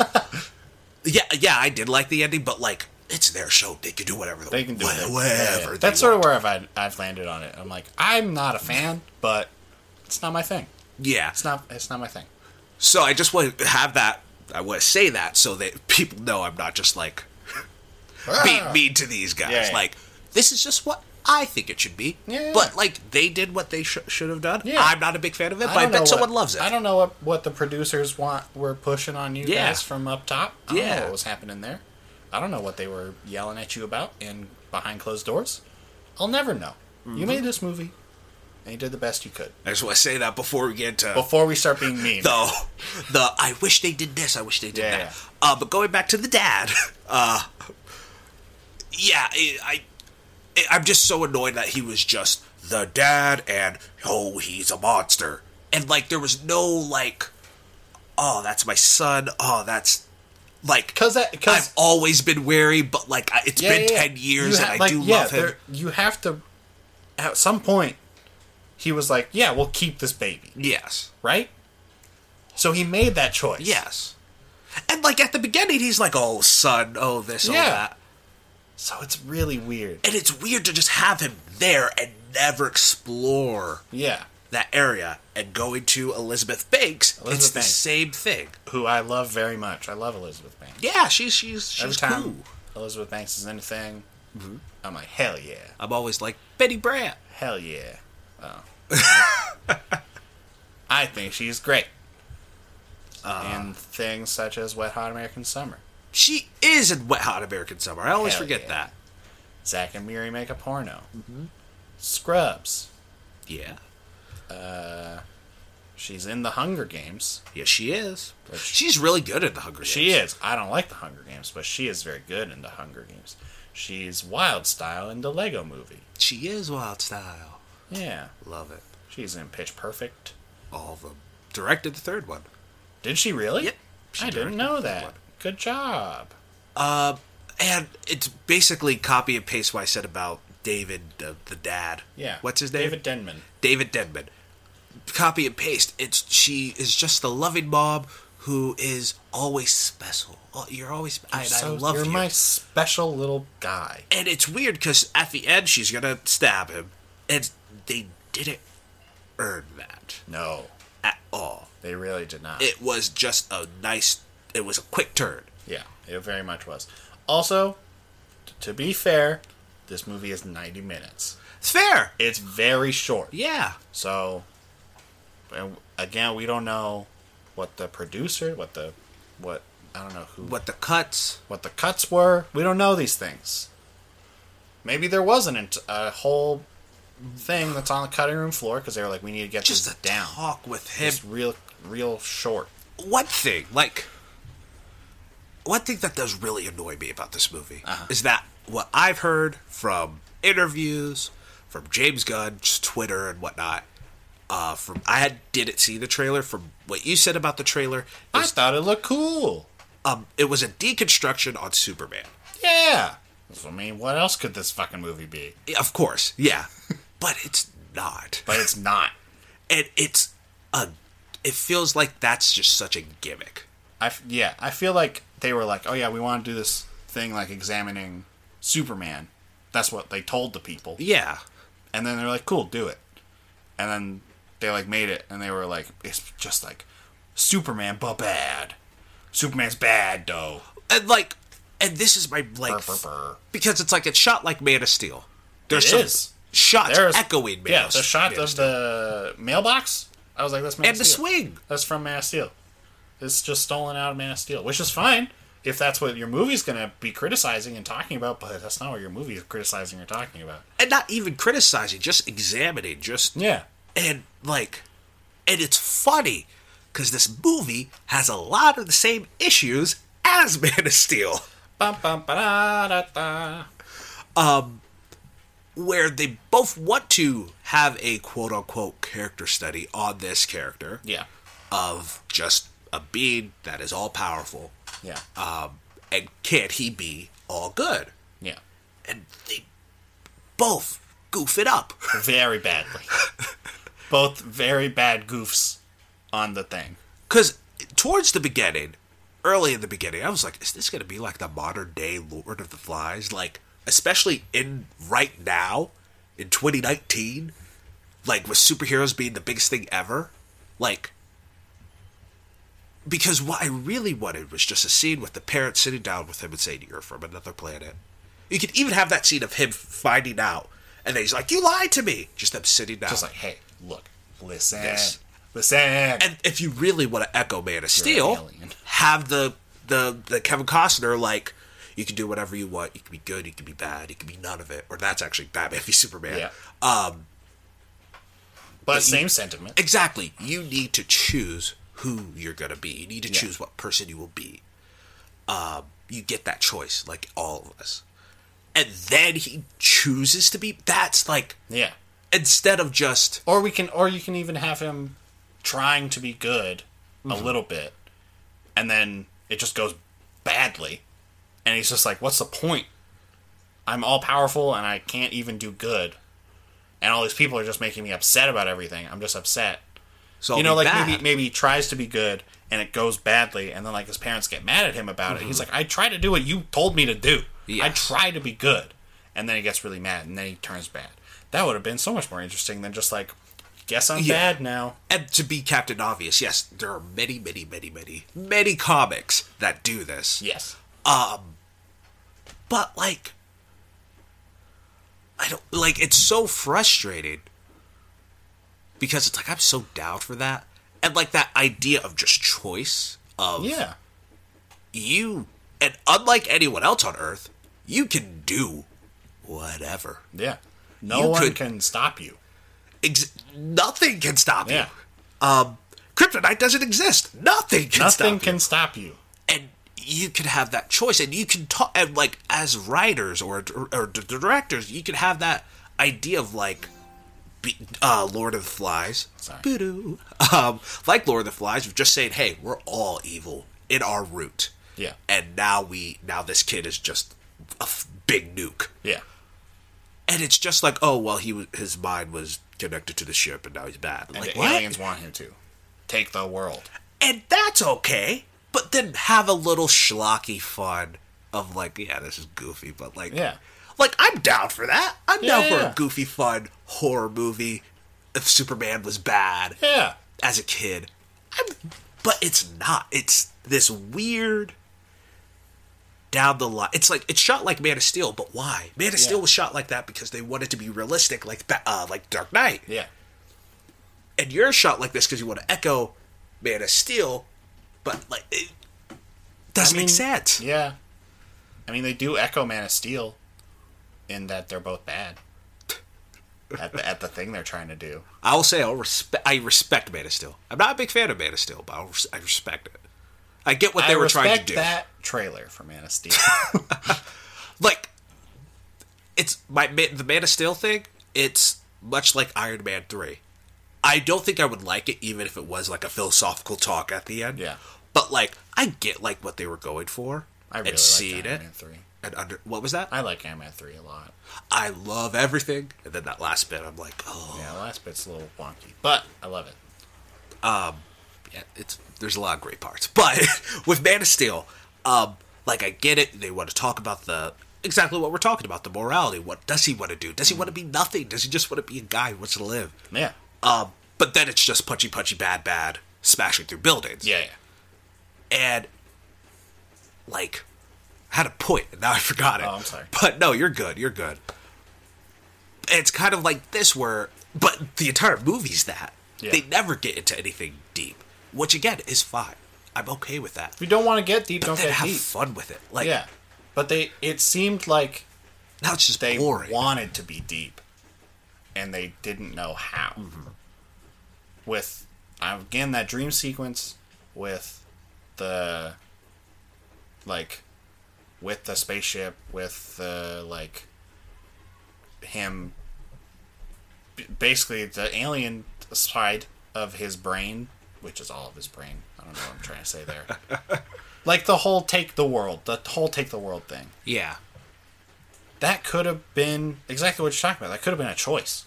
Speaker 2: yeah, yeah, I did like the ending, but, like, it's their show. They can do whatever they,
Speaker 1: They can do
Speaker 2: whatever
Speaker 1: it.
Speaker 2: Whatever they
Speaker 1: That's sort
Speaker 2: want.
Speaker 1: of where I've, I've landed on it. I'm like, I'm not a fan, but it's not my thing.
Speaker 2: Yeah.
Speaker 1: It's not. It's not my thing.
Speaker 2: So I just want to have that. I want to say that so that people know I'm not just like being mean to these guys.
Speaker 1: Ah. Yeah, yeah.
Speaker 2: Like this is just what I think it should be.
Speaker 1: Yeah, yeah.
Speaker 2: But like they did what they sh- should have done.
Speaker 1: Yeah.
Speaker 2: I'm not a big fan of it, but
Speaker 1: don't
Speaker 2: I
Speaker 1: know
Speaker 2: bet someone
Speaker 1: what-
Speaker 2: loves it.
Speaker 1: I don't know what, what the producers want were pushing on you
Speaker 2: Yeah.
Speaker 1: guys from up top. I don't know
Speaker 2: Yeah.
Speaker 1: what was happening there. I don't know what they were yelling at you about in behind closed doors. I'll never know.
Speaker 2: Mm-hmm.
Speaker 1: You made this movie, and you did the best you could.
Speaker 2: I just want to say that before we get to
Speaker 1: Before we start being mean,
Speaker 2: [LAUGHS] the the I wish they did this. I wish they did
Speaker 1: Yeah,
Speaker 2: that.
Speaker 1: yeah.
Speaker 2: Uh, but going back to the dad, [LAUGHS] uh, yeah, I, I I- I'm just so annoyed that he was just the dad, and oh, he's a monster, and like there was no like, oh, that's my son. Oh, that's like
Speaker 1: because that
Speaker 2: I've
Speaker 1: because
Speaker 2: always been wary, but like I, it's been ten years, and I do love him.
Speaker 1: You have to at some point. He was like, "Yeah, we'll keep this baby,
Speaker 2: Yes.
Speaker 1: right?" So he made that choice.
Speaker 2: Yes. And like at the beginning, he's like, "Oh, son, oh this, oh
Speaker 1: Yeah.
Speaker 2: that."
Speaker 1: So it's really weird.
Speaker 2: and it's weird to just have him there and never explore
Speaker 1: Yeah.
Speaker 2: that area and going to Elizabeth Banks. it's
Speaker 1: Elizabeth
Speaker 2: the
Speaker 1: Banks.
Speaker 2: same thing.
Speaker 1: who I love very much. I love Elizabeth Banks.
Speaker 2: Yeah, she's she's
Speaker 1: Every
Speaker 2: she's
Speaker 1: time
Speaker 2: cool.
Speaker 1: Elizabeth Banks is in a thing, I'm like, hell yeah,
Speaker 2: I'm always like Betty Brant.
Speaker 1: hell yeah. Oh. I think she's great. in things such as Wet Hot American Summer.
Speaker 2: She is in Wet Hot American Summer. I always
Speaker 1: Hell
Speaker 2: forget
Speaker 1: yeah.
Speaker 2: that.
Speaker 1: Zack and Miri make a porno. Scrubs.
Speaker 2: Yeah,
Speaker 1: She's in the Hunger Games.
Speaker 2: yeah, she is. She's really good at the Hunger Games.
Speaker 1: She is. I don't like the Hunger Games, but she is very good in the Hunger Games. She's wild style in the Lego movie.
Speaker 2: She is wild style.
Speaker 1: Yeah.
Speaker 2: Love it.
Speaker 1: She's in Pitch Perfect.
Speaker 2: All of them. Directed the third one.
Speaker 1: Did she really?
Speaker 2: Yep. She
Speaker 1: I didn't
Speaker 2: directed
Speaker 1: know
Speaker 2: the
Speaker 1: that.
Speaker 2: one.
Speaker 1: Good job.
Speaker 2: Um, and it's basically copy and paste what I said about David, the, the dad.
Speaker 1: Yeah.
Speaker 2: What's his name?
Speaker 1: David Denman.
Speaker 2: David Denman. Copy and paste. It's she is just a loving mom who is always special. Oh, You're always. I, and I love
Speaker 1: you're
Speaker 2: you.
Speaker 1: my special little guy.
Speaker 2: and it's weird because at the end she's gonna stab him, and they didn't earn that
Speaker 1: No,
Speaker 2: at all.
Speaker 1: they really did not.
Speaker 2: It was just a nice. It was a quick turn.
Speaker 1: yeah, it very much was. Also, To be fair, this movie is 90 minutes.
Speaker 2: It's fair.
Speaker 1: It's very short.
Speaker 2: Yeah.
Speaker 1: So, and again, we don't know what the producer, what the, what I don't know who, what,
Speaker 2: What the cuts?
Speaker 1: the cuts were. We don't know these things. Maybe there wasn't an- a whole thing that's on the cutting room floor because they were like, we need to get
Speaker 2: Just
Speaker 1: this
Speaker 2: a
Speaker 1: down.
Speaker 2: talk with him.
Speaker 1: It's real, real short.
Speaker 2: one thing, like one thing that does really annoy me about this movie is that what I've heard from interviews, from James Gunn's Twitter and whatnot, uh, from I had didn't see the trailer. From what you said about the trailer,
Speaker 1: I thought it looked cool.
Speaker 2: um, it was a deconstruction on Superman.
Speaker 1: Yeah. So, I mean, what else could this fucking movie be?
Speaker 2: Yeah, Of course, yeah, but it's not,
Speaker 1: But it's [LAUGHS] not.
Speaker 2: and it's a. It feels like that's just such a gimmick.
Speaker 1: I f- yeah, I feel like they were like, oh yeah, we want to do this thing like examining Superman. That's what they told the people,
Speaker 2: Yeah,
Speaker 1: and then they're like, cool, do it. And then they like made it, and they were like, it's just like Superman, but bad. Superman's bad though.
Speaker 2: and like, and this is my
Speaker 1: Brr,
Speaker 2: like
Speaker 1: brr, brr.
Speaker 2: because it's like it's shot like Man of Steel. There's
Speaker 1: It
Speaker 2: some
Speaker 1: is.
Speaker 2: shots
Speaker 1: There's
Speaker 2: echoing Man
Speaker 1: yeah,
Speaker 2: of
Speaker 1: the shot
Speaker 2: Man of
Speaker 1: of the mailbox. I was like, that's Man
Speaker 2: and
Speaker 1: of
Speaker 2: the
Speaker 1: Steel.
Speaker 2: swing.
Speaker 1: That's from Man of Steel. It's just stolen out of Man of Steel, which is fine if that's what your movie's going to be criticizing and talking about, but that's not what your movie is criticizing or talking about.
Speaker 2: and not even criticizing, just examining, just
Speaker 1: Yeah.
Speaker 2: and like, and it's funny because this movie has a lot of the same issues as [LAUGHS] Man of Steel,
Speaker 1: Bum, bum, ba-da-da-da.
Speaker 2: where they both want to have a quote unquote character study on this character
Speaker 1: Yeah.
Speaker 2: of just a being that is all powerful,
Speaker 1: Yeah.
Speaker 2: um, and can he be all good?
Speaker 1: yeah.
Speaker 2: and they both goof it up. [LAUGHS]
Speaker 1: Very badly. Both very bad goofs on the thing.
Speaker 2: Because towards the beginning, early in the beginning, I was like, is this going to be like the modern day Lord of the Flies? Like, especially in right now, in 2019, like with superheroes being the biggest thing ever, like, because what I really wanted was just a scene with the parents sitting down with him and saying, You're from another planet. You could even have that scene of him finding out, and then he's like, You lied to me! Just them sitting down.
Speaker 1: Just like, hey, look, listen.
Speaker 2: Yes.
Speaker 1: Listen.
Speaker 2: and if you really want to echo Man of Steel,
Speaker 1: alien.
Speaker 2: have the the the Kevin Costner like you can do whatever you want. You can be good. You can be bad. You can be none of it. Or that's actually Batman v Superman.
Speaker 1: Yeah.
Speaker 2: Um,
Speaker 1: but same sentiment.
Speaker 2: exactly. You need to choose who you're gonna be. You need to choose what person you will be. Um, you get that choice, like all of us. And then he chooses to be. That's like
Speaker 1: Yeah.
Speaker 2: instead of just
Speaker 1: or we can or you can even have him trying to be good
Speaker 2: Mm-hmm.
Speaker 1: a little bit and then it just goes badly and he's just like what's the point i'm all powerful and i can't even do good and all these people are just making me upset about everything i'm just upset
Speaker 2: so I'll
Speaker 1: you know
Speaker 2: Oh, be
Speaker 1: like
Speaker 2: bad.
Speaker 1: maybe maybe he tries to be good and it goes badly and then like his parents get mad at him about it
Speaker 2: Mm-hmm.
Speaker 1: he's like i try to do what you told me to do i
Speaker 2: Yes.
Speaker 1: try to be good and then he gets really mad and then he turns bad that would have been so much more interesting than just like guess i'm
Speaker 2: Yeah.
Speaker 1: bad now
Speaker 2: And to be Captain Obvious, yes, there are many, many, many, many, many comics that do this.
Speaker 1: yes
Speaker 2: But like I don't like it's so frustrating because it's like I'm so down for that. And like that idea of just choice of
Speaker 1: yeah
Speaker 2: you and unlike anyone else on earth, you can do whatever.
Speaker 1: yeah no
Speaker 2: You
Speaker 1: one
Speaker 2: could-
Speaker 1: can stop you
Speaker 2: Ex- nothing can stop
Speaker 1: yeah
Speaker 2: you. Um kryptonite doesn't exist. Nothing can stop
Speaker 1: nothing
Speaker 2: you.
Speaker 1: can stop you
Speaker 2: and you could have that choice and you can talk and like as writers or or d- directors you could have that idea of like be, uh, Lord of the Flies
Speaker 1: Sorry.
Speaker 2: Boo-doo. um like Lord of the Flies of just saying hey we're all evil in our root
Speaker 1: Yeah.
Speaker 2: and now we now this kid is just a f- big nuke
Speaker 1: yeah
Speaker 2: and it's just like oh well he was his mind was connected to the ship and now he's bad
Speaker 1: and
Speaker 2: like
Speaker 1: the
Speaker 2: what
Speaker 1: aliens want him to take the world
Speaker 2: and that's okay. But then have a little schlocky fun of like, yeah, this is goofy, but like,
Speaker 1: Yeah.
Speaker 2: like I'm down for that. I'm
Speaker 1: Yeah,
Speaker 2: down for
Speaker 1: yeah.
Speaker 2: a goofy, fun horror movie. If Superman was bad
Speaker 1: yeah
Speaker 2: as a kid, I'm, but it's not. It's this weird down the line. It's like it's shot like Man of Steel, but why? Man of Steel
Speaker 1: Yeah.
Speaker 2: was shot like that because they wanted to be realistic, like that, uh, like Dark Knight.
Speaker 1: Yeah.
Speaker 2: And you're shot like this because you want to echo Man of Steel, but like it doesn't make sense.
Speaker 1: Yeah. I mean, they do echo Man of Steel in that they're both
Speaker 2: [LAUGHS]
Speaker 1: bad at the, at the thing they're trying to do.
Speaker 2: I'll say I'll respe- I respect Man of Steel. I'm not a big fan of Man of Steel, but I'll res- I respect it. I get what they
Speaker 1: I
Speaker 2: were
Speaker 1: respect
Speaker 2: trying to do.
Speaker 1: that trailer for Man of
Speaker 2: [LAUGHS]
Speaker 1: Steel.
Speaker 2: Like, it's my Ma- the Man of Steel thing. It's much like Iron Man three. I don't think I would like it, even if it was like a philosophical talk at the end.
Speaker 1: Yeah.
Speaker 2: But like, I get like what they were going for.
Speaker 1: I really
Speaker 2: and
Speaker 1: like Iron
Speaker 2: seeing it
Speaker 1: Man three.
Speaker 2: and under what was that? I,
Speaker 1: I like Iron Man three a
Speaker 2: [SIGHS]
Speaker 1: lot.
Speaker 2: love everything, and then that last bit, I'm like, oh,
Speaker 1: Yeah, the last bit's a little wonky, but I love it.
Speaker 2: yeah, it's there's a lot of great parts. [LAUGHS] But with Man of Steel, um, like I get it. They want to talk about the exactly what we're talking about, the morality. What does he want to do? Does he want to be nothing? Does he just want to be a guy who wants to live?
Speaker 1: Yeah.
Speaker 2: Um, but then it's just punchy punchy bad bad smashing through buildings.
Speaker 1: Yeah. yeah.
Speaker 2: And like I had a point, and now I forgot it.
Speaker 1: Oh, I'm sorry.
Speaker 2: But no, you're good, you're good. It's kind of like this where but the entire movie's that.
Speaker 1: Yeah.
Speaker 2: They never get into anything deep. Which again is fine. I'm okay with that.
Speaker 1: If you don't want to get deep,
Speaker 2: [LAUGHS]
Speaker 1: don't
Speaker 2: Then
Speaker 1: get
Speaker 2: have
Speaker 1: deep.
Speaker 2: fun with it. Like
Speaker 1: Yeah. But they it seemed like
Speaker 2: now it's just
Speaker 1: they
Speaker 2: boring.
Speaker 1: wanted to be deep and they didn't know how with uh, again that dream sequence with the like with the spaceship with the like him b- basically the alien side of his brain which is all of his brain i don't know what i'm trying to say there like the whole take the world the whole take the world thing
Speaker 2: yeah.
Speaker 1: that could have been exactly what you're talking about. That could have been a choice,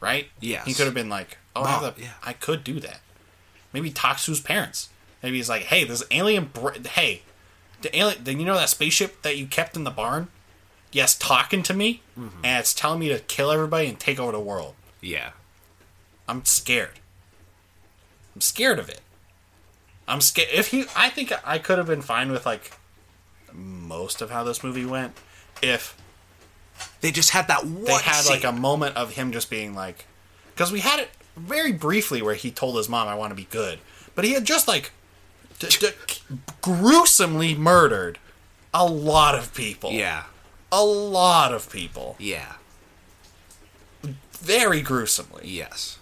Speaker 1: right?
Speaker 2: Yes.
Speaker 1: He could have been like, "Oh, I,
Speaker 2: Mom,
Speaker 1: have the-
Speaker 2: yeah.
Speaker 1: I could do that." Maybe he talks to his parents. Maybe he's like, "Hey, this alien. Br- hey, the alien. Then you know that spaceship that you kept in the barn? Yes, talking to me,
Speaker 2: Mm-hmm.
Speaker 1: and it's telling me to kill everybody and take over the world.
Speaker 2: Yeah.
Speaker 1: I'm scared. I'm scared of it. I'm scared. If he, I think I could have been fine with like most of how this movie went if
Speaker 2: They just had that one
Speaker 1: they had
Speaker 2: scene.
Speaker 1: like a moment of him just being like because we had it very briefly where he told his mom i want to be good but he had just like d- d- gruesomely murdered a lot of people
Speaker 2: Yeah.
Speaker 1: a lot of people
Speaker 2: Yeah.
Speaker 1: very gruesomely
Speaker 2: Yes.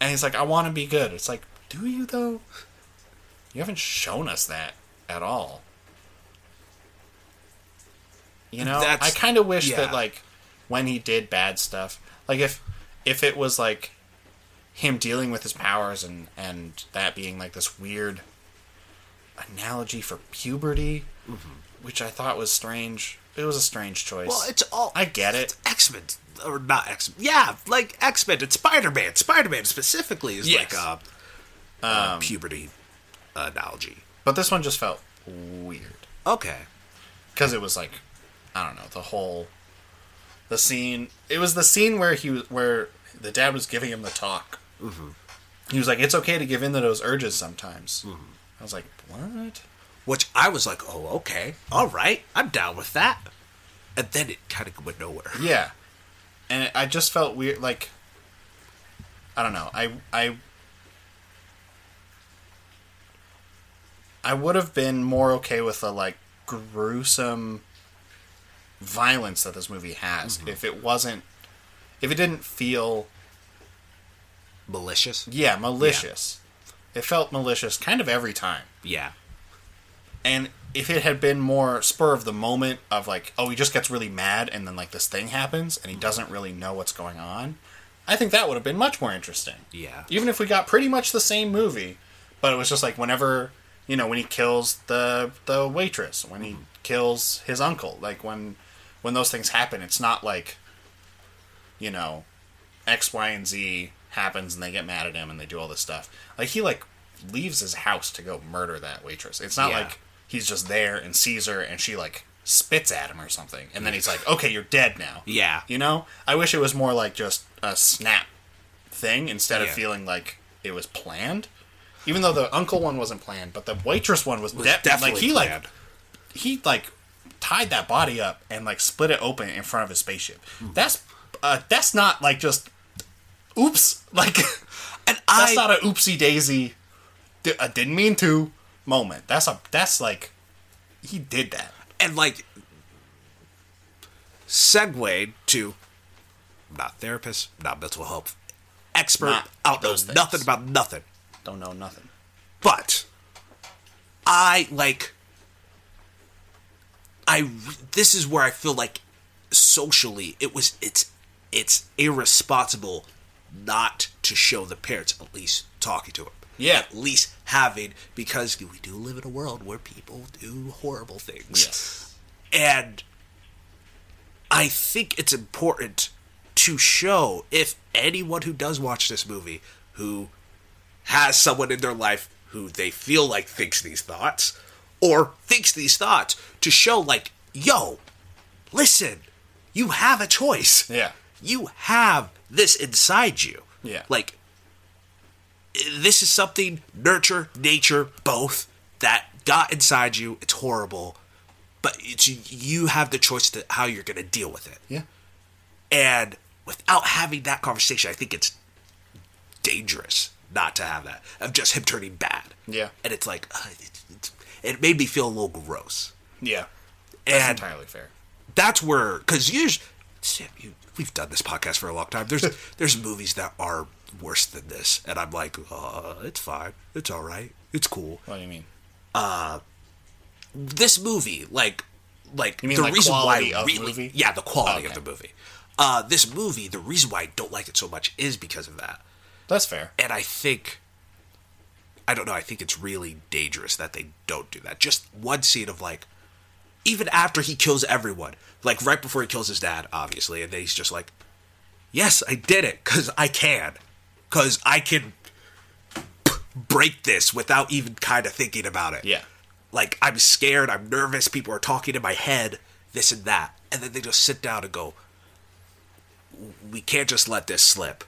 Speaker 1: and he's like i want to be good it's like do you though you haven't shown us that at all you know
Speaker 2: That's-
Speaker 1: i kind of wish
Speaker 2: yeah.
Speaker 1: that like when he did bad stuff like if if it was like him dealing with his powers and and that being like this weird analogy for puberty which i thought was strange it was a strange choice
Speaker 2: Mm-hmm. Well, it's all
Speaker 1: i get it
Speaker 2: X Men or not X Men. Yeah, like X Men and Spider Man. Spider Man specifically is
Speaker 1: Yes. Um,
Speaker 2: like a, a puberty analogy.
Speaker 1: but this one just felt weird
Speaker 2: Okay.
Speaker 1: because it was like I don't know the whole the scene. It was the scene where he was where the dad was giving him the talk. He was like, "It's okay to give in to those urges sometimes." I was like, "What?"
Speaker 2: Which I was like, oh, okay, all right, I'm down with that. And then it kind of went nowhere.
Speaker 1: Yeah, and it, I just felt weird. Like I don't know. I I I would have been more okay with the like gruesome violence that this movie has if it wasn't if it didn't feel
Speaker 2: Malicious.
Speaker 1: Yeah, malicious. It felt malicious kind of every time.
Speaker 2: Yeah.
Speaker 1: And if it had been more spur of the moment of like, oh, he just gets really mad and then like this thing happens and he doesn't really know what's going on, I think that would have been much more interesting.
Speaker 2: Yeah.
Speaker 1: Even if we got pretty much the same movie, but it was just like whenever, you know, when he kills the the waitress, when he kills his uncle, like when when those things happen, it's not like you know, X, Y, and Z happens and they get mad at him and they do all this stuff. Like he like leaves his house to go murder that waitress. It's not
Speaker 2: Yeah.
Speaker 1: like he's just there and sees her and she like spits at him or something. And then he's like, Okay, you're dead now.
Speaker 2: Yeah.
Speaker 1: You know? I wish it was more like just a snap thing instead
Speaker 2: Yeah.
Speaker 1: of feeling like it was planned. Even though the uncle one wasn't planned, but the waitress one was,
Speaker 2: Was
Speaker 1: def-
Speaker 2: definitely
Speaker 1: like he
Speaker 2: planned.
Speaker 1: like he like tied that body up and like split it open in front of his spaceship. That's uh, that's not like just oops [LAUGHS] like
Speaker 2: And
Speaker 1: that's
Speaker 2: I
Speaker 1: not a oopsie daisy. di- I didn't mean to moment. That's a that's like he did that.
Speaker 2: and like segued to I'm not a therapist, not a mental health expert.
Speaker 1: Not
Speaker 2: I don't know
Speaker 1: those things.
Speaker 2: nothing about nothing.
Speaker 1: Don't know nothing.
Speaker 2: But I like I re- this is where I feel like socially it was it's it's irresponsible not to show the parents at least talking to them.
Speaker 1: Yeah.
Speaker 2: At least having because we do live in a world where people do horrible things.
Speaker 1: Yes.
Speaker 2: And I think it's important to show if anyone who does watch this movie who has someone in their life who they feel like thinks these thoughts or thinks these thoughts to show, like, yo, listen, you have a choice.
Speaker 1: Yeah.
Speaker 2: You have this inside you.
Speaker 1: Yeah.
Speaker 2: Like, this is something nurture, nature, both that got inside you. It's horrible, but it's, you have the choice to how you're going to deal with it.
Speaker 1: Yeah.
Speaker 2: And without having that conversation, I think it's dangerous not to have that of just him turning bad.
Speaker 1: Yeah.
Speaker 2: And it's like, uh, it, it's it made me feel a little gross.
Speaker 1: Yeah. That's
Speaker 2: And
Speaker 1: entirely fair.
Speaker 2: that's where because you, Sam, you we've done this podcast for a long time.
Speaker 1: [LAUGHS]
Speaker 2: There's there's movies that are worse than this, and I'm like, uh, it's fine, it's all right, it's cool.
Speaker 1: What do you mean?
Speaker 2: This movie, like, like
Speaker 1: mean,
Speaker 2: the
Speaker 1: like,
Speaker 2: reason
Speaker 1: quality
Speaker 2: why I
Speaker 1: of
Speaker 2: really,
Speaker 1: movie?
Speaker 2: yeah, the quality
Speaker 1: Okay.
Speaker 2: of the movie. Uh, this movie, the reason why I don't like it so much is because of that.
Speaker 1: That's fair.
Speaker 2: and I think I don't know, I think it's really dangerous that they don't do that. Just one scene of like even after he kills everyone, like right before he kills his dad, obviously, and then he's just like, "Yes, I did it cuz I can. Cuz I can p- break this without even kind of thinking about it."
Speaker 1: Yeah.
Speaker 2: Like I'm scared, I'm nervous, people are talking in my head, this and that. And then they just sit down and go, "We can't just let this slip."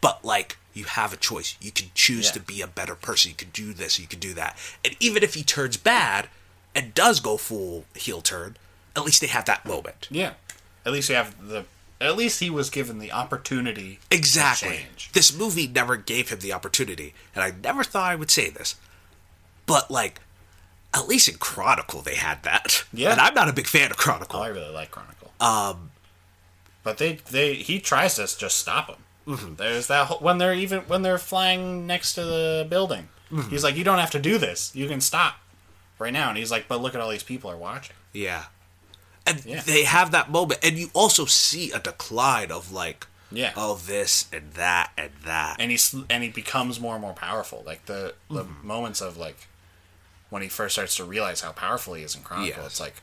Speaker 2: but like you have a choice. You can choose
Speaker 1: Yeah.
Speaker 2: to be a better person. You can do this. You can do that. And even if he turns bad and does go full heel turn, at least they have that moment.
Speaker 1: Yeah. At least you have the. At least he was given the opportunity.
Speaker 2: Exactly.
Speaker 1: Change.
Speaker 2: This movie never gave him the opportunity, and I never thought I would say this, but like, at least in Chronicle they had that.
Speaker 1: Yeah.
Speaker 2: And I'm not a big fan of Chronicle.
Speaker 1: Oh, I really like Chronicle. Um, but they they he tries to just stop him. There's that whole, when they're even when they're flying next to the building. He's like, you don't have to do this. You can stop right now. And he's like, but look at all these people are watching.
Speaker 2: yeah. And
Speaker 1: Yeah.
Speaker 2: they have that moment, and you also see a decline of like,
Speaker 1: Yeah.
Speaker 2: oh, this and that and that.
Speaker 1: and he's and he becomes more and more powerful. Like the the
Speaker 2: Mm-hmm.
Speaker 1: moments of like when he first starts to realize how powerful he is in Chronicle,
Speaker 2: Yes.
Speaker 1: it's like,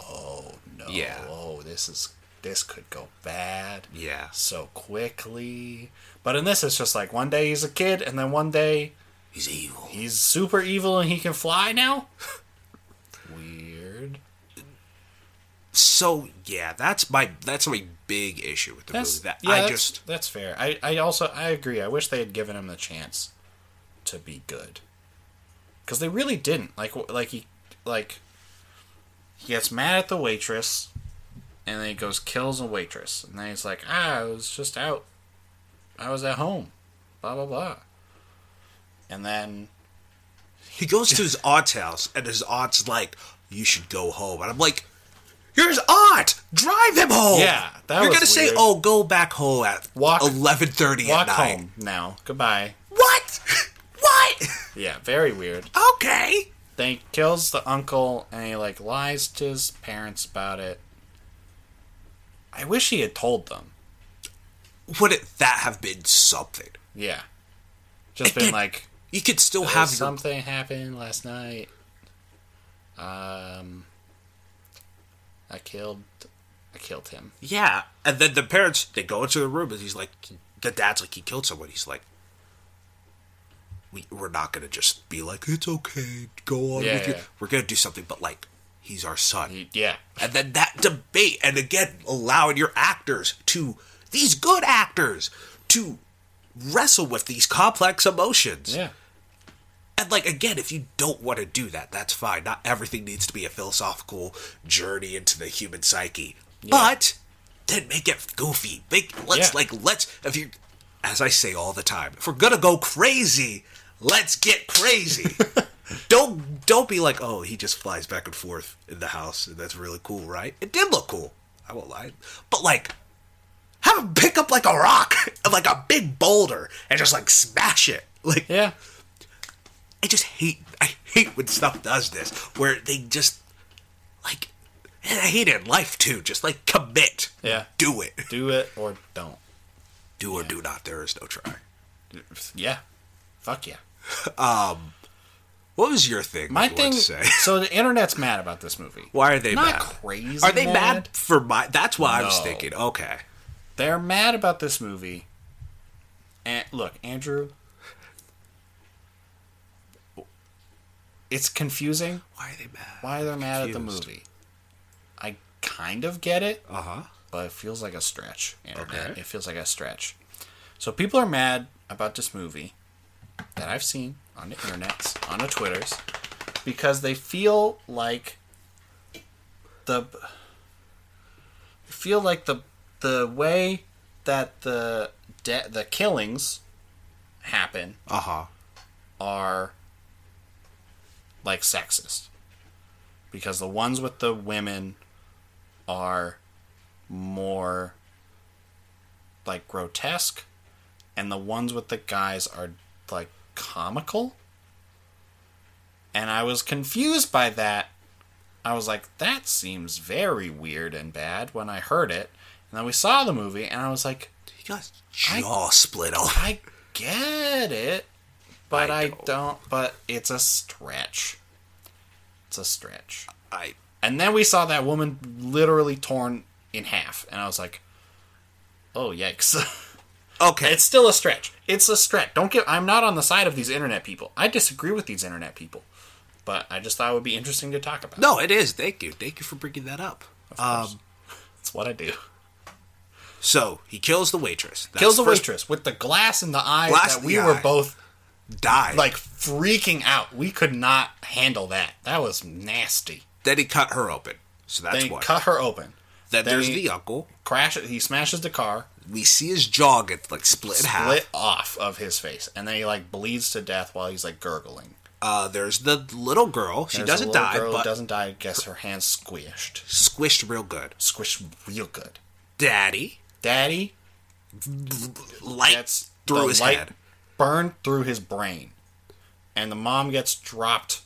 Speaker 1: oh no,
Speaker 2: Yeah.
Speaker 1: oh this is this could go bad,
Speaker 2: Yeah.
Speaker 1: so quickly. But in this, it's just like one day he's a kid, and then one day
Speaker 2: He's evil.
Speaker 1: he's super evil and he can fly
Speaker 2: [LAUGHS]
Speaker 1: now. Weird.
Speaker 2: So yeah, that's my that's my big issue with the
Speaker 1: That's
Speaker 2: movie. That
Speaker 1: yeah,
Speaker 2: I
Speaker 1: that's,
Speaker 2: just
Speaker 1: that's fair. I I also I agree. I wish they had given him the chance to be good, because they really didn't. Like w- like he like he gets mad at the waitress, and then he goes kills a waitress, and then he's like, ah, I was just out, I was at home, blah blah blah, and then
Speaker 2: he goes to his aunt's house and his aunt's like, "You should go home," and I'm like, "You're his aunt. Drive him home."
Speaker 1: Yeah, that
Speaker 2: you're
Speaker 1: was
Speaker 2: gonna say,
Speaker 1: weird.
Speaker 2: "Oh, go back home at
Speaker 1: Walk-
Speaker 2: eleven thirty
Speaker 1: walk
Speaker 2: at night."
Speaker 1: home now. Goodbye.
Speaker 2: What? [LAUGHS] what?
Speaker 1: Yeah, very weird.
Speaker 2: okay.
Speaker 1: Then he kills the uncle and he like lies to his parents about it. I wish he had told them.
Speaker 2: Wouldn't that have been something?
Speaker 1: Yeah. Just
Speaker 2: Again,
Speaker 1: been like
Speaker 2: [LAUGHS] You could still have your
Speaker 1: something happened last night. Um I killed I killed him.
Speaker 2: Yeah. And then the parents, they go into the room and he's like, the dad's like, he killed someone. He's like, we, we're not going to just be like, it's okay, go on
Speaker 1: Yeah,
Speaker 2: with your.
Speaker 1: yeah.
Speaker 2: We're going to do something, but like, he's our son.
Speaker 1: He- yeah.
Speaker 2: And then that debate, and again, allowing your actors to, these good actors, to wrestle with these complex emotions.
Speaker 1: Yeah.
Speaker 2: And like again, if you don't want to do that, that's fine. Not everything needs to be a philosophical journey into the human psyche. But then make it goofy. Make let's
Speaker 1: Yeah.
Speaker 2: like let's if you as I say all the time, if we're gonna go crazy, let's get crazy. don't don't be like, oh, he just flies back and forth in the house and that's really cool, right? It did look cool. I won't lie. But like have him pick up like a rock, [LAUGHS] like a big boulder, and just like smash it. Like
Speaker 1: Yeah.
Speaker 2: I just hate I hate when stuff does this where they just like and I hate it in life too. Just like commit.
Speaker 1: Yeah.
Speaker 2: Do it.
Speaker 1: Do it or don't.
Speaker 2: Do or do not. There is no try.
Speaker 1: Yeah. Fuck yeah.
Speaker 2: What was your thing?
Speaker 1: My
Speaker 2: you wanted
Speaker 1: thing.
Speaker 2: To say? [LAUGHS]
Speaker 1: [LAUGHS] So the internet's mad about this movie.
Speaker 2: Why are they
Speaker 1: Not
Speaker 2: mad?
Speaker 1: crazy
Speaker 2: Are they mad,
Speaker 1: mad.
Speaker 2: for my? That's why I was
Speaker 1: No.
Speaker 2: thinking. Okay.
Speaker 1: They're mad about this movie. And look, Andrew. It's confusing
Speaker 2: Why are they mad?
Speaker 1: why they're mad at
Speaker 2: Confused.
Speaker 1: the movie. I kind of get it.
Speaker 2: Uh huh.
Speaker 1: but it feels like a stretch. Internet.
Speaker 2: Okay.
Speaker 1: It feels like a stretch. So people are mad about this movie that I've seen on the internets, on the Twitters, because they feel like the feel like the the way that the de- the killings happen
Speaker 2: Uh huh.
Speaker 1: are like sexist because the ones with the women are more like grotesque and the ones with the guys are like comical and i was confused by that i was like that seems very weird and bad when i heard it and then we saw the movie and i was like
Speaker 2: You guys jaw split off.
Speaker 1: I get it, but I,
Speaker 2: I
Speaker 1: don't.
Speaker 2: don't.
Speaker 1: But it's a stretch. It's a stretch.
Speaker 2: I
Speaker 1: And then we saw that woman literally torn in half, and I was like, "Oh yikes!" [LAUGHS]
Speaker 2: okay.
Speaker 1: it's still a stretch. It's a stretch. Don't get. I'm not on the side of these internet people. I disagree with these internet people, but I just thought it would be interesting to talk about.
Speaker 2: no, it is. Thank you. Thank you for bringing that up. Um.
Speaker 1: That's what I do.
Speaker 2: So he kills the waitress. That's
Speaker 1: Kills the
Speaker 2: first-
Speaker 1: waitress with the glass in the eye
Speaker 2: Glass
Speaker 1: that
Speaker 2: in
Speaker 1: we
Speaker 2: the
Speaker 1: were
Speaker 2: eye.
Speaker 1: both
Speaker 2: Die.
Speaker 1: like freaking out. We could not handle that. That was nasty.
Speaker 2: Then he cut her open. So that's
Speaker 1: Then he
Speaker 2: one.
Speaker 1: cut her open.
Speaker 2: then,
Speaker 1: then
Speaker 2: there's
Speaker 1: he-
Speaker 2: the uncle.
Speaker 1: Crash. He smashes the car,
Speaker 2: We see his jaw get like split, in
Speaker 1: split
Speaker 2: half.
Speaker 1: off of his face, and then he like bleeds to death while he's like gurgling.
Speaker 2: Uh, there's the little girl. She
Speaker 1: There's a
Speaker 2: doesn't
Speaker 1: little
Speaker 2: die,
Speaker 1: girl who
Speaker 2: but
Speaker 1: doesn't die. I guess her hands squished,
Speaker 2: squished real good.
Speaker 1: squished real good.
Speaker 2: Daddy
Speaker 1: Daddy
Speaker 2: lights
Speaker 1: gets
Speaker 2: through
Speaker 1: the
Speaker 2: his
Speaker 1: light
Speaker 2: head.
Speaker 1: burned through his brain, and the mom gets dropped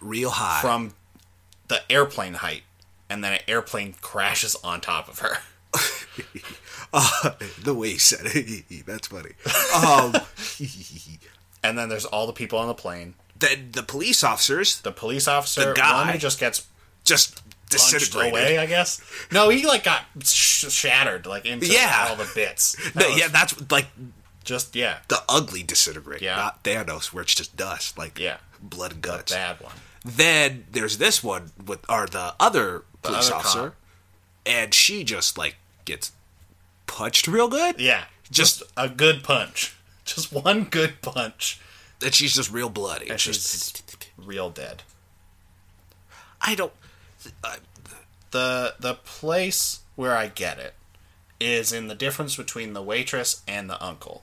Speaker 2: Real high.
Speaker 1: from the airplane height, and then an airplane crashes on top of her. [LAUGHS]
Speaker 2: Uh, [LAUGHS] the way he said it. [LAUGHS] That's funny. Um, [LAUGHS]
Speaker 1: And then there's all the people on the plane.
Speaker 2: then the police officers
Speaker 1: The police officer,
Speaker 2: The guy.
Speaker 1: one who just gets
Speaker 2: just
Speaker 1: punched
Speaker 2: disintegrated.
Speaker 1: away, I guess. No, he like got sh- shattered like into
Speaker 2: Yeah.
Speaker 1: all the
Speaker 2: [LAUGHS]
Speaker 1: bits.
Speaker 2: No,
Speaker 1: That was
Speaker 2: yeah, that's like
Speaker 1: just
Speaker 2: [LAUGHS]
Speaker 1: yeah,
Speaker 2: the ugly disintegrate,
Speaker 1: Yeah.
Speaker 2: not Thanos, where it's just dust, like
Speaker 1: Yeah.
Speaker 2: blood and guts.
Speaker 1: bad one.
Speaker 2: Then there's this one with or the other police
Speaker 1: other
Speaker 2: officer,
Speaker 1: cop.
Speaker 2: and she just like gets punched real good.
Speaker 1: Yeah,
Speaker 2: Just-
Speaker 1: a good punch, [LAUGHS] just one good punch,
Speaker 2: and she's just real bloody.
Speaker 1: and
Speaker 2: Just-
Speaker 1: she's [LAUGHS] real dead.
Speaker 2: I don't. I,
Speaker 1: The the place where I get it is in the difference between the waitress and the uncle,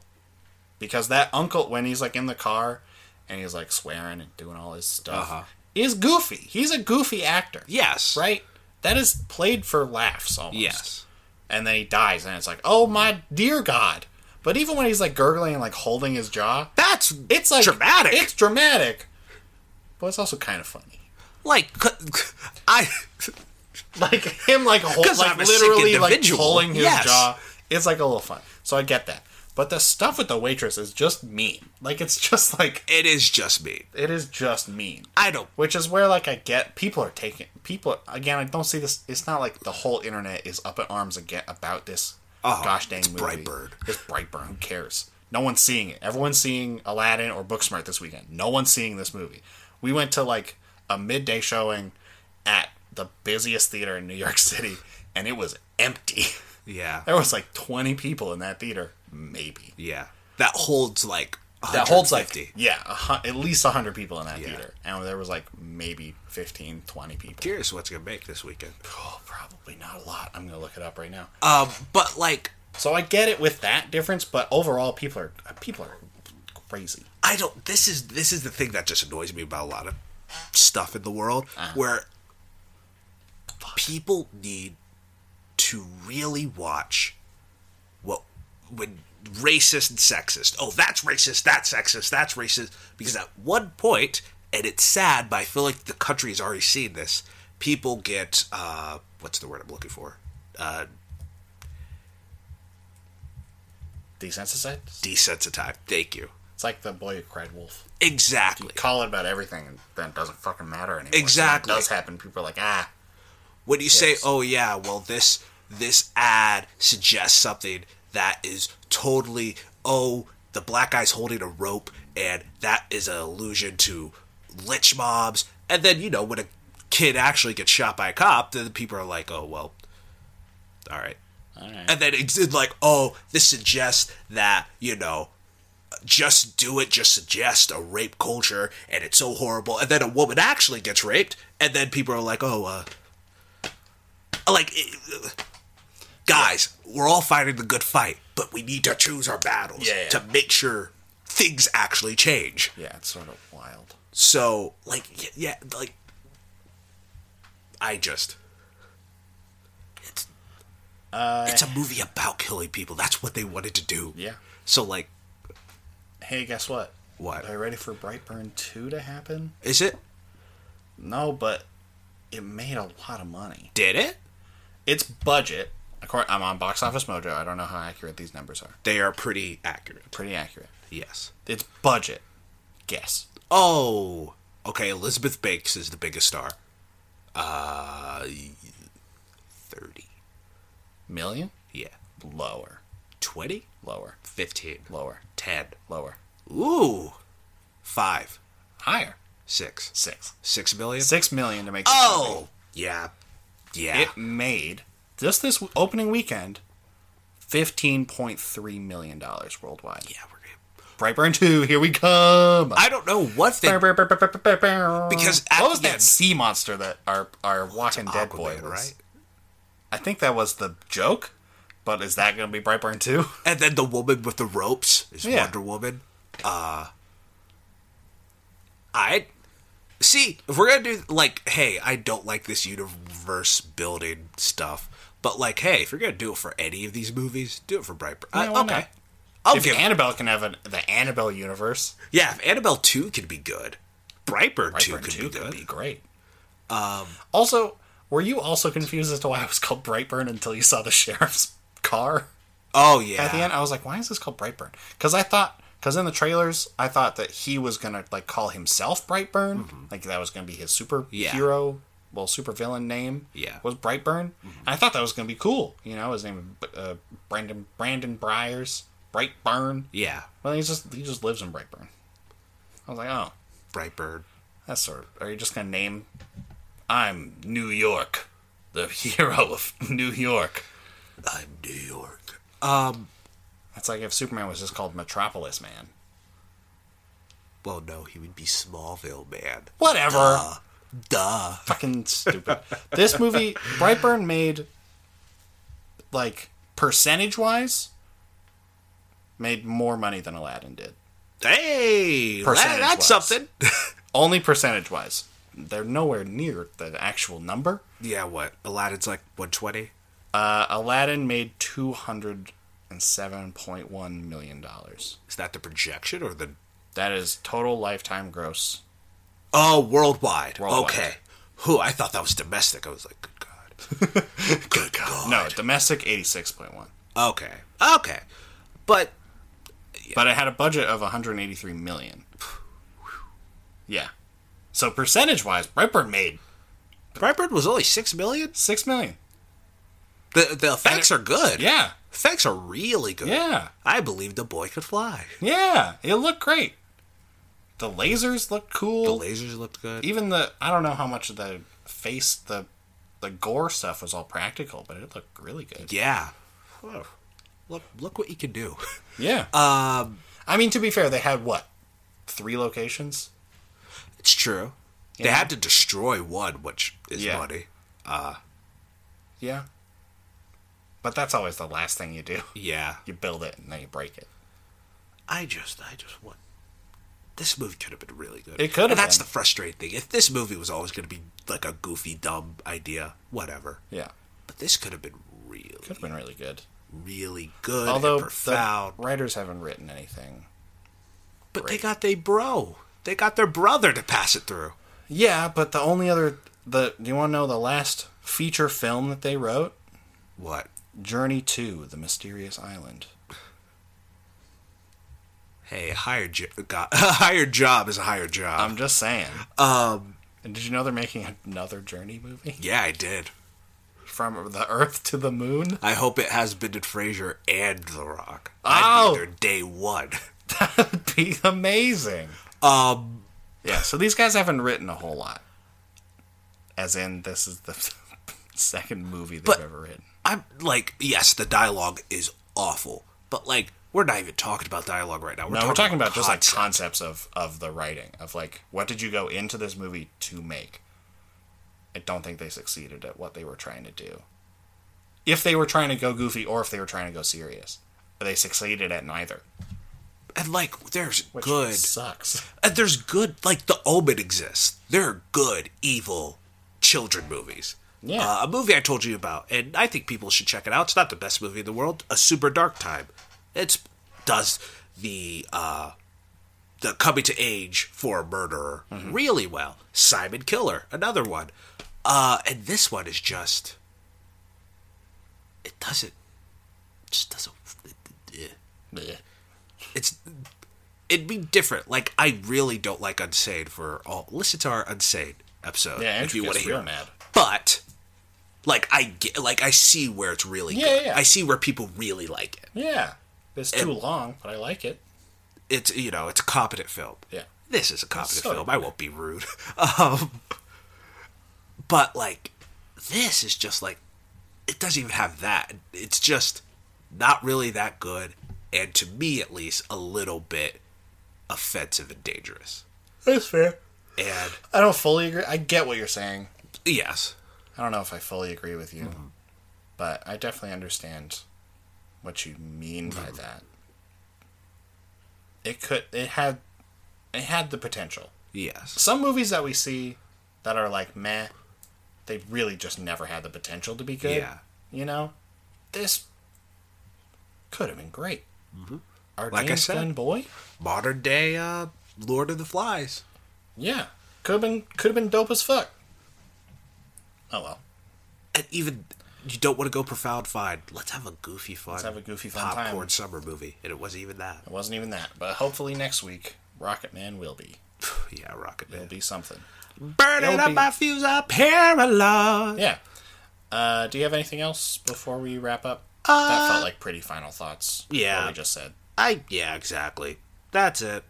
Speaker 1: because that uncle when he's like in the car and he's like swearing and doing all his stuff
Speaker 2: Uh-huh.
Speaker 1: is goofy. He's a goofy actor.
Speaker 2: yes,
Speaker 1: right? That is played for laughs almost.
Speaker 2: Yes,
Speaker 1: And then he dies, and it's like, oh my dear God. But even when he's like gurgling and like holding his jaw,
Speaker 2: that's
Speaker 1: it's like
Speaker 2: dramatic.
Speaker 1: It's dramatic, but it's also kind of funny.
Speaker 2: like [LAUGHS] I.
Speaker 1: Like [LAUGHS] him, like hold,
Speaker 2: 'Cause
Speaker 1: like
Speaker 2: I'm a sick
Speaker 1: literally like
Speaker 2: individual.
Speaker 1: pulling his
Speaker 2: Yes.
Speaker 1: jaw. It's like a little fun. So I get that. But the stuff with the waitress is just mean. Like it's just like
Speaker 2: It is just me.
Speaker 1: it is just mean.
Speaker 2: I don't.
Speaker 1: which is where like I get people are taking people again. I don't see this. It's not like the whole internet is up in arms again about this
Speaker 2: Oh,
Speaker 1: gosh dang
Speaker 2: it's
Speaker 1: movie.
Speaker 2: Brightburn.
Speaker 1: It's Brightburn. Who cares? No one's seeing it. Everyone's seeing Aladdin or Booksmart this weekend. No one's seeing this movie. We went to like a midday showing at the busiest theater in New York [LAUGHS] City, and it was empty. [LAUGHS]
Speaker 2: Yeah,
Speaker 1: There was like twenty people in that theater, maybe.
Speaker 2: yeah. That holds like
Speaker 1: that holds like
Speaker 2: 150.
Speaker 1: yeah a, hun- at least 100 people in that
Speaker 2: Yeah.
Speaker 1: theater and there was like maybe 15 20 people
Speaker 2: Curious what's gonna make this weekend.
Speaker 1: oh, probably not a lot i'm gonna look it up right now
Speaker 2: Um, but like,
Speaker 1: so i get it with that difference but overall people are uh, people are crazy
Speaker 2: I don't. This is this is the thing that just annoys me about a lot of stuff in the world where people need to really watch what when racist and sexist. Oh, that's racist. That's sexist. That's racist. Because at one point, and it's sad, but I feel like the country has already seen this. People get uh, what's the word I'm looking for? Uh,
Speaker 1: desensitized
Speaker 2: desensitized. Thank you.
Speaker 1: it's like the boy who cried wolf
Speaker 2: Exactly.
Speaker 1: call it about everything and then it doesn't fucking matter anymore So when
Speaker 2: Exactly.
Speaker 1: it does happen people are like ah
Speaker 2: when you say
Speaker 1: Yes.
Speaker 2: oh yeah well this this ad suggests something that is totally oh the black guy's holding a rope and that is an allusion to lynch mobs and then you know when a kid actually gets shot by a cop then people are like oh well all right
Speaker 1: all right
Speaker 2: and then it's it's like oh this suggests that you know just do it just suggests a rape culture and it's so horrible and then a woman actually gets raped and then people are like oh uh like it- guys we're all fighting the good fight but we need to choose our battles
Speaker 1: Yeah, yeah.
Speaker 2: to make sure things actually change
Speaker 1: yeah it's sort of wild
Speaker 2: so like y- yeah like i just it's it's a movie about killing people that's what they wanted to do
Speaker 1: yeah
Speaker 2: so like
Speaker 1: hey guess what
Speaker 2: What?
Speaker 1: are you ready for brightburn 2 to happen
Speaker 2: is it
Speaker 1: No, but it made a lot of money.
Speaker 2: did it
Speaker 1: Its budget, according, I'm on Box Office Mojo. I don't know how accurate these numbers are.
Speaker 2: they are pretty accurate
Speaker 1: Pretty accurate.
Speaker 2: yes
Speaker 1: Its budget, guess.
Speaker 2: oh okay elizabeth banks is the biggest star uh 30
Speaker 1: Million?
Speaker 2: yeah
Speaker 1: Lower.
Speaker 2: 20
Speaker 1: Lower.
Speaker 2: 15
Speaker 1: Lower.
Speaker 2: 10
Speaker 1: Lower.
Speaker 2: ooh 5
Speaker 1: Higher.
Speaker 2: 6
Speaker 1: Six.
Speaker 2: 6 million
Speaker 1: Six million to make. this
Speaker 2: Oh, yeah, yeah.
Speaker 1: movie. It made just this w- opening weekend. Fifteen point three million dollars worldwide.
Speaker 2: yeah, we're gonna.
Speaker 1: Brightburn two, here we come.
Speaker 2: I don't know what they.
Speaker 1: Because
Speaker 2: at
Speaker 1: what was
Speaker 2: the
Speaker 1: that
Speaker 2: end-
Speaker 1: sea monster that our our Walking Dead boy
Speaker 2: Aquaman,
Speaker 1: was?
Speaker 2: right?
Speaker 1: I think that was the joke, but is that going to be Brightburn too?
Speaker 2: And then the woman with the ropes is
Speaker 1: Yeah.
Speaker 2: Wonder Woman. Uh, I see. If we're gonna do like, hey, I don't like this universe building stuff, but like, hey, if you're gonna do it for any of these movies, do it for Brightburn.
Speaker 1: Yeah,
Speaker 2: Uh,
Speaker 1: why
Speaker 2: okay,
Speaker 1: not?
Speaker 2: I'll
Speaker 1: If
Speaker 2: give.
Speaker 1: Annabelle can have an, the Annabelle universe,
Speaker 2: yeah, if Annabelle two could be good, Brightburn, two
Speaker 1: Brightburn
Speaker 2: could
Speaker 1: two
Speaker 2: be good.
Speaker 1: could be great. Um, also, were you also confused as to why it was called Brightburn until you saw the [LAUGHS] sheriff's car
Speaker 2: oh yeah,
Speaker 1: at the end? I was like, why is this called Brightburn? Because I thought, because in the trailers, I thought that he was going to like call himself Brightburn, like that was going to be his superhero.
Speaker 2: Mm-hmm. Yeah.
Speaker 1: Well, supervillain name
Speaker 2: Yeah. Mm-hmm.
Speaker 1: was Brightburn. And I thought that was going to be cool. You know, his name was uh, Brandon Brandon Briars Brightburn.
Speaker 2: yeah,
Speaker 1: Well, he's just he just lives in Brightburn. I was like, oh,
Speaker 2: Brightburn.
Speaker 1: that's sort of. Are you just gonna name? I'm New York, the [LAUGHS] hero of New York.
Speaker 2: I'm New York.
Speaker 1: That's like if Superman was just called Metropolis Man.
Speaker 2: Well, no, he would be Smallville man.
Speaker 1: Whatever.
Speaker 2: Duh.
Speaker 1: Fucking stupid. this movie, Brightburn made, like percentage wise, made more money than Aladdin did.
Speaker 2: Hey, that,
Speaker 1: Percentage-wise.
Speaker 2: that's something.
Speaker 1: Only percentage wise. They're nowhere near the actual number.
Speaker 2: [LAUGHS] yeah, what? Aladdin's like 120.
Speaker 1: Uh, Aladdin made two hundred and seven point one million dollars.
Speaker 2: Is that the projection or the?
Speaker 1: That is total lifetime gross.
Speaker 2: Oh, worldwide.
Speaker 1: Worldwide.
Speaker 2: Okay. Who? I thought that was domestic. I was like, good god. [LAUGHS] good god.
Speaker 1: No, domestic eighty six point one,
Speaker 2: Okay. Okay. But
Speaker 1: but it had a budget of one hundred eighty three million. Yeah, so percentage wise, Brightburn made
Speaker 2: Brightburn was only six million.
Speaker 1: six million.
Speaker 2: The the effects are good.
Speaker 1: Yeah,
Speaker 2: Effects are really good.
Speaker 1: yeah,
Speaker 2: I believe the boy could fly.
Speaker 1: yeah. It looked great. The lasers looked
Speaker 2: The
Speaker 1: cool.
Speaker 2: lasers looked good.
Speaker 1: Even the I don't know how much of the face the the gore stuff was all practical, but it looked really good.
Speaker 2: Yeah. Look, look what you can do.
Speaker 1: Yeah.
Speaker 2: Um.
Speaker 1: I mean, to be fair, they had what three locations?
Speaker 2: It's true. They
Speaker 1: Yeah.
Speaker 2: had to destroy one, which is
Speaker 1: Yeah.
Speaker 2: money.
Speaker 1: Yeah, but that's always the last thing you do.
Speaker 2: Yeah.
Speaker 1: You build it and then you break it.
Speaker 2: I just, I just want. This movie could have been really good.
Speaker 1: It could have
Speaker 2: And that's
Speaker 1: been.
Speaker 2: the frustrating thing. If this movie was always going to be like a goofy, dumb idea, whatever.
Speaker 1: Yeah,
Speaker 2: But this could have been really,
Speaker 1: could have been really good.
Speaker 2: really good
Speaker 1: Although
Speaker 2: and profound.
Speaker 1: the writers haven't written anything.
Speaker 2: but they got their bro. They got their brother to pass it through.
Speaker 1: Yeah, but the only other the do you want to know the last feature film that they wrote?
Speaker 2: What?
Speaker 1: Journey to the Mysterious Island.
Speaker 2: Hey, a higher, jo- got, [LAUGHS] a higher job is a higher job.
Speaker 1: I'm just saying.
Speaker 2: um,
Speaker 1: And did you know they're making another Journey movie [LAUGHS]
Speaker 2: yeah, I did.
Speaker 1: from the Earth to the Moon? [LAUGHS]
Speaker 2: I hope it has Brendan Fraser and The Rock. I'd
Speaker 1: Oh!
Speaker 2: be there day one.
Speaker 1: That would be amazing.
Speaker 2: Um,
Speaker 1: Yeah. So these guys haven't written a whole lot. As in, this is the [LAUGHS] second movie they've
Speaker 2: But-
Speaker 1: ever written.
Speaker 2: I'm like, yes, the dialogue is awful, but like, we're not even talking about dialogue right now. We're,
Speaker 1: No, Uh,
Speaker 2: talking,
Speaker 1: we're talking about just like
Speaker 2: concept.
Speaker 1: concepts of of the writing of like what did you go into this movie to make? I don't think they succeeded at what they were trying to do. If they were trying to go goofy or if they were trying to go serious, they succeeded at neither.
Speaker 2: and like, there's
Speaker 1: Which
Speaker 2: good,
Speaker 1: sucks.
Speaker 2: [LAUGHS] and Uh, there's good. Like, The Omen exists. There are good, evil children movies.
Speaker 1: Yeah.
Speaker 2: Uh, a movie I told you about, and I think people should check it out. It's not the best movie in the world. A Super Dark Time. It's does the uh, the coming to age for a murderer really well. Simon Killer, another one. Uh, and this one is just it doesn't just doesn't eh.
Speaker 1: Blech.
Speaker 2: it's it'd be different. Like I really don't like Unsane for all listen to our Unsane episode
Speaker 1: Yeah,
Speaker 2: if
Speaker 1: Andrew
Speaker 2: you want
Speaker 1: gets
Speaker 2: to hear.
Speaker 1: real
Speaker 2: it.
Speaker 1: mad.
Speaker 2: But like I get, like I see where it's really
Speaker 1: Yeah,
Speaker 2: good.
Speaker 1: yeah, yeah.
Speaker 2: I see where people really like it.
Speaker 1: Yeah. It's too long, but I like it.
Speaker 2: It's you know, it's a competent film.
Speaker 1: Yeah.
Speaker 2: This is a competent
Speaker 1: so
Speaker 2: film. I won't be rude. [LAUGHS] um but like this is just like it doesn't even have that. It's just not really that good and to me at least a little bit offensive and dangerous.
Speaker 1: That's fair.
Speaker 2: And
Speaker 1: I don't fully agree. I get what you're saying.
Speaker 2: yes,
Speaker 1: I don't know if I fully agree with you,
Speaker 2: Mm-hmm.
Speaker 1: but I definitely understand what you mean by
Speaker 2: Mm-hmm.
Speaker 1: that. It could it had it had the potential.
Speaker 2: yes.
Speaker 1: Some movies that we see that are like meh, they really just never had the potential to be good.
Speaker 2: Yeah.
Speaker 1: You know? This could have been great. Our
Speaker 2: Mm-hmm. Like I
Speaker 1: James
Speaker 2: said.
Speaker 1: Glenn boy?
Speaker 2: Modern day uh Lord of the Flies.
Speaker 1: Yeah. Could have been could have been dope as fuck. Oh well.
Speaker 2: and even you don't want to go profound fine. Let's have a goofy fun. Let's
Speaker 1: have a goofy, fun
Speaker 2: popcorn
Speaker 1: time.
Speaker 2: summer movie, and it wasn't even that.
Speaker 1: It wasn't even that. But hopefully next week, Rocket Man will be.
Speaker 2: yeah, Rocket Man.
Speaker 1: It'll be something.
Speaker 2: Burning
Speaker 1: Oh. it'll
Speaker 2: up
Speaker 1: be-
Speaker 2: my fuse, I paralyzed.
Speaker 1: Yeah. Uh, do you have anything else before we wrap up? Uh, that felt like pretty final thoughts.
Speaker 2: yeah.
Speaker 1: What we just said.
Speaker 2: I yeah, exactly. That's it.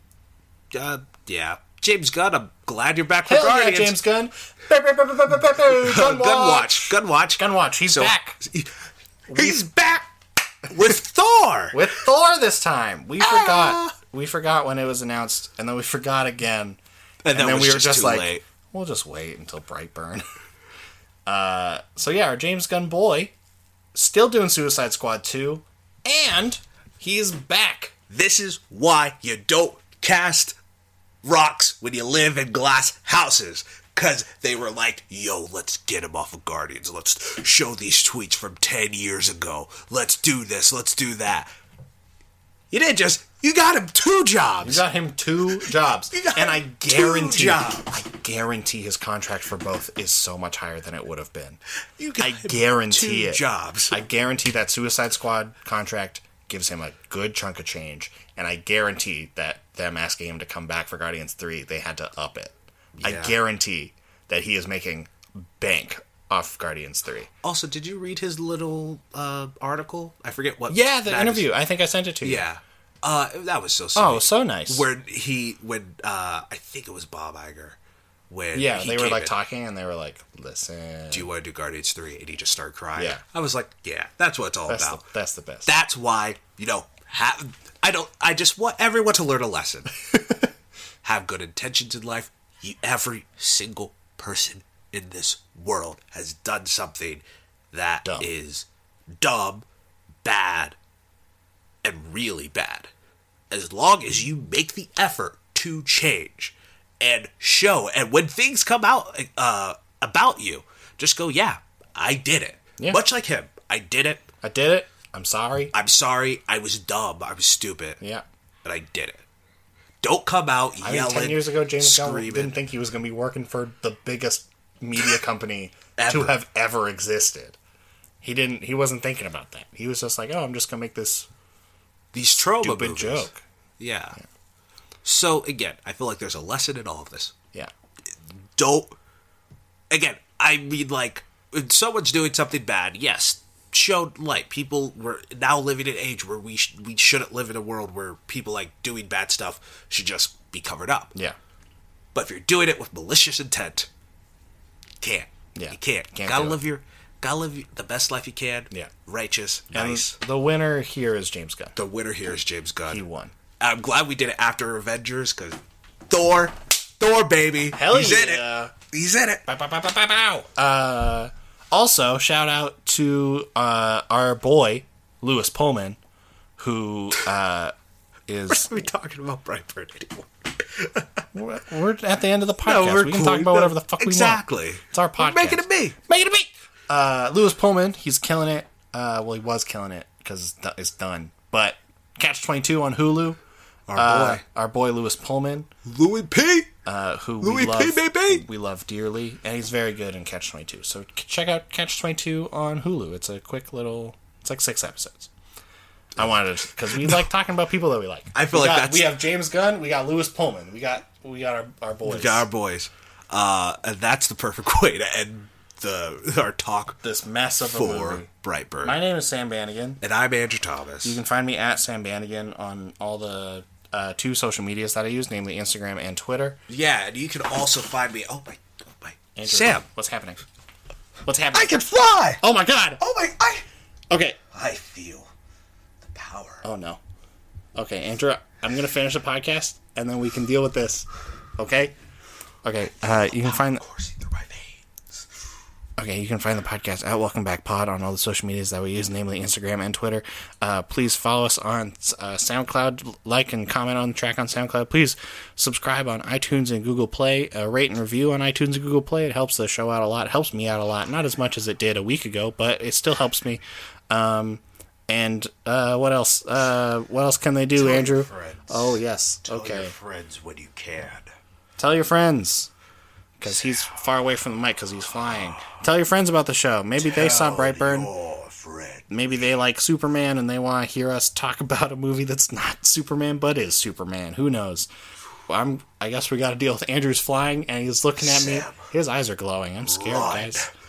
Speaker 2: Uh, yeah, James Gunn. I'm glad you're back for
Speaker 1: Hell yeah, James
Speaker 2: Guardians. [LAUGHS]
Speaker 1: Gunn. Gun
Speaker 2: Gun watch. Gun watch.
Speaker 1: Gun watch. He's back
Speaker 2: He's back
Speaker 1: [LAUGHS]
Speaker 2: with Thor.
Speaker 1: with Thor this time.
Speaker 2: Ah.
Speaker 1: We forgot. We forgot when it was announced, and then we forgot again.
Speaker 2: and
Speaker 1: and
Speaker 2: that
Speaker 1: then
Speaker 2: was
Speaker 1: we were just
Speaker 2: too
Speaker 1: like,
Speaker 2: late.
Speaker 1: we'll just wait until Brightburn. [LAUGHS] uh, so yeah, our James Gunn boy still doing Suicide Squad two, and he's back.
Speaker 2: This is why you don't cast rocks when you live in glass houses. Because they were like, yo, let's get him off of Guardians. Let's show these tweets from 10 years ago. Let's do this. Let's do that. You didn't just, you got him two
Speaker 1: You
Speaker 2: jobs.
Speaker 1: got him
Speaker 2: [LAUGHS]
Speaker 1: two jobs,
Speaker 2: got
Speaker 1: and I
Speaker 2: him two
Speaker 1: guarantee,
Speaker 2: jobs.
Speaker 1: I guarantee his contract for both is so much higher than it would have been.
Speaker 2: You got
Speaker 1: I
Speaker 2: him
Speaker 1: guarantee
Speaker 2: two
Speaker 1: it.
Speaker 2: jobs.
Speaker 1: I guarantee that Suicide Squad contract gives him a good chunk of change, and I guarantee that them asking him to come back for Guardians Three, they had to up it. I
Speaker 2: Yeah.
Speaker 1: guarantee that he is making bank off Guardians Three.
Speaker 2: Also, did you read his little uh, article? I forget what.
Speaker 1: Yeah, the
Speaker 2: that is.
Speaker 1: interview. I think I sent it to you.
Speaker 2: Yeah. Uh, that was so sweet.
Speaker 1: Oh, so nice.
Speaker 2: When he, when, uh, I think it was Bob Iger. When
Speaker 1: yeah,
Speaker 2: he
Speaker 1: they were
Speaker 2: came
Speaker 1: like
Speaker 2: in.
Speaker 1: talking, and they were like, "Listen,
Speaker 2: do you want to do Guardians 3? And he just started crying.
Speaker 1: Yeah.
Speaker 2: I was like, yeah, that's what it's all
Speaker 1: that's the,
Speaker 2: about.
Speaker 1: that's the best."
Speaker 2: that's why, you know, have, I don't. I just want everyone to learn
Speaker 1: [LAUGHS]
Speaker 2: a lesson. Have good intentions in life. You, every single person in this world has done something that is
Speaker 1: Dumb.
Speaker 2: dumb, bad, and really bad. As long as you make the effort to change and show, and when things come out uh, about you, just go, "Yeah, I did it."
Speaker 1: Yeah.
Speaker 2: Much like him, I did it.
Speaker 1: I did it. I'm sorry.
Speaker 2: I'm sorry. I was dumb. I was stupid.
Speaker 1: Yeah.
Speaker 2: But I did it. Don't come out
Speaker 1: I mean,
Speaker 2: yelling.
Speaker 1: ten years ago, James Gunn
Speaker 2: screaming.
Speaker 1: didn't think he was going to be working for the biggest media
Speaker 2: [SIGHS]
Speaker 1: company to
Speaker 2: Ever.
Speaker 1: have ever existed. He didn't. He wasn't thinking about that. He was just like, "Oh, I'm just going to make this
Speaker 2: These trauma
Speaker 1: stupid
Speaker 2: movies.
Speaker 1: joke."
Speaker 2: Yeah. So again, I feel like there's a lesson in all of this.
Speaker 1: Yeah.
Speaker 2: Don't. Again, I mean, like when someone's doing something bad, yes, showed light. People were now living in an age where we sh- we shouldn't live in a world where people like doing bad stuff should just be covered up.
Speaker 1: Yeah.
Speaker 2: But if you're doing it with malicious intent, can't.
Speaker 1: Yeah.
Speaker 2: You can't.
Speaker 1: Can't
Speaker 2: gotta
Speaker 1: do
Speaker 2: live your gotta live your- the best life you can.
Speaker 1: Yeah.
Speaker 2: Righteous,
Speaker 1: And
Speaker 2: nice.
Speaker 1: the winner here is James Gunn.
Speaker 2: The winner here is James Gunn.
Speaker 1: He won.
Speaker 2: I'm glad we did it after Avengers because Thor, Thor baby,
Speaker 1: Hell
Speaker 2: he's in
Speaker 1: yeah.
Speaker 2: it. He's in it.
Speaker 1: Bow, bow, bow, bow, bow, bow. Uh, also, shout out to uh, our boy Lewis Pullman, who uh, is
Speaker 2: Are we talking about Brightburn anymore?
Speaker 1: we're, we're at the end of the podcast.
Speaker 2: we're
Speaker 1: we can
Speaker 2: cool.
Speaker 1: talk about
Speaker 2: No,
Speaker 1: whatever the fuck we want.
Speaker 2: exactly.
Speaker 1: It's our
Speaker 2: We're
Speaker 1: podcast.
Speaker 2: making it me.
Speaker 1: Making it me. Uh, Lewis Pullman, he's killing it. Uh, well, he was killing it because it's, do- it's done. But Catch Twenty Two on Hulu.
Speaker 2: Our
Speaker 1: Uh,
Speaker 2: boy
Speaker 1: our boy Lewis Pullman,
Speaker 2: Louis P.
Speaker 1: uh, who we
Speaker 2: Louis P.
Speaker 1: love,
Speaker 2: baby.
Speaker 1: we love dearly, and he's very good in Catch Twenty Two. So c- check out Catch Twenty Two on Hulu. It's a quick little. It's like six episodes. I wanted to because
Speaker 2: [LAUGHS]
Speaker 1: we like talking about people that we like.
Speaker 2: I feel
Speaker 1: We
Speaker 2: like
Speaker 1: got-
Speaker 2: that's-
Speaker 1: we have James Gunn, we got Lewis Pullman, we got we got our our boys.
Speaker 2: Got our boys. Uh, and that's the perfect [LAUGHS] way to end the our talk
Speaker 1: this mess of a
Speaker 2: for
Speaker 1: movie.
Speaker 2: Brightburn.
Speaker 1: My name is Sam Bannigan.
Speaker 2: and I'm Andrew Thomas.
Speaker 1: You can find me at Sam Bannigan on all the uh, two social medias that I use, namely Instagram and Twitter.
Speaker 2: Yeah, and you can also find me. Oh my, oh my,
Speaker 1: Andrew,
Speaker 2: Sam,
Speaker 1: what's happening? What's happening?
Speaker 2: can fly.
Speaker 1: oh my god!
Speaker 2: Oh my, I,
Speaker 1: Okay.
Speaker 2: I feel the power.
Speaker 1: Oh no. Okay, Andrew, I'm gonna finish the podcast and then we can deal with this. Okay. Okay. Uh, you can find
Speaker 2: coursing through my veins.
Speaker 1: okay you can find the podcast at Welcome Back Pod on all the social medias that we use, namely Instagram and Twitter. Uh, please follow us on uh, SoundCloud, like and comment on the track on SoundCloud. Please subscribe on iTunes and Google Play. Uh, rate and review on iTunes and Google Play. It helps the show out a lot. It helps me out a lot. Not as much as it did a week ago, but it still helps me. Um, and uh, what else? Uh, what else can they do,
Speaker 2: your
Speaker 1: Andrew?
Speaker 2: friends.
Speaker 1: Oh yes. okay.
Speaker 2: Tell your friends when you can.
Speaker 1: Tell your friends. Because he's far away from the mic because he's flying. Tell your friends about the show. Maybe they saw
Speaker 2: Tell
Speaker 1: Brightburn.
Speaker 2: Your friend.
Speaker 1: Maybe they like Superman and they want to hear us talk [LAUGHS] about a movie that's not Superman but is Superman. Who knows? Well, I'm. I guess we got to deal with Andrew's flying and he's looking at me.
Speaker 2: Sam.
Speaker 1: His eyes are glowing. I'm scared,
Speaker 2: Run.
Speaker 1: guys.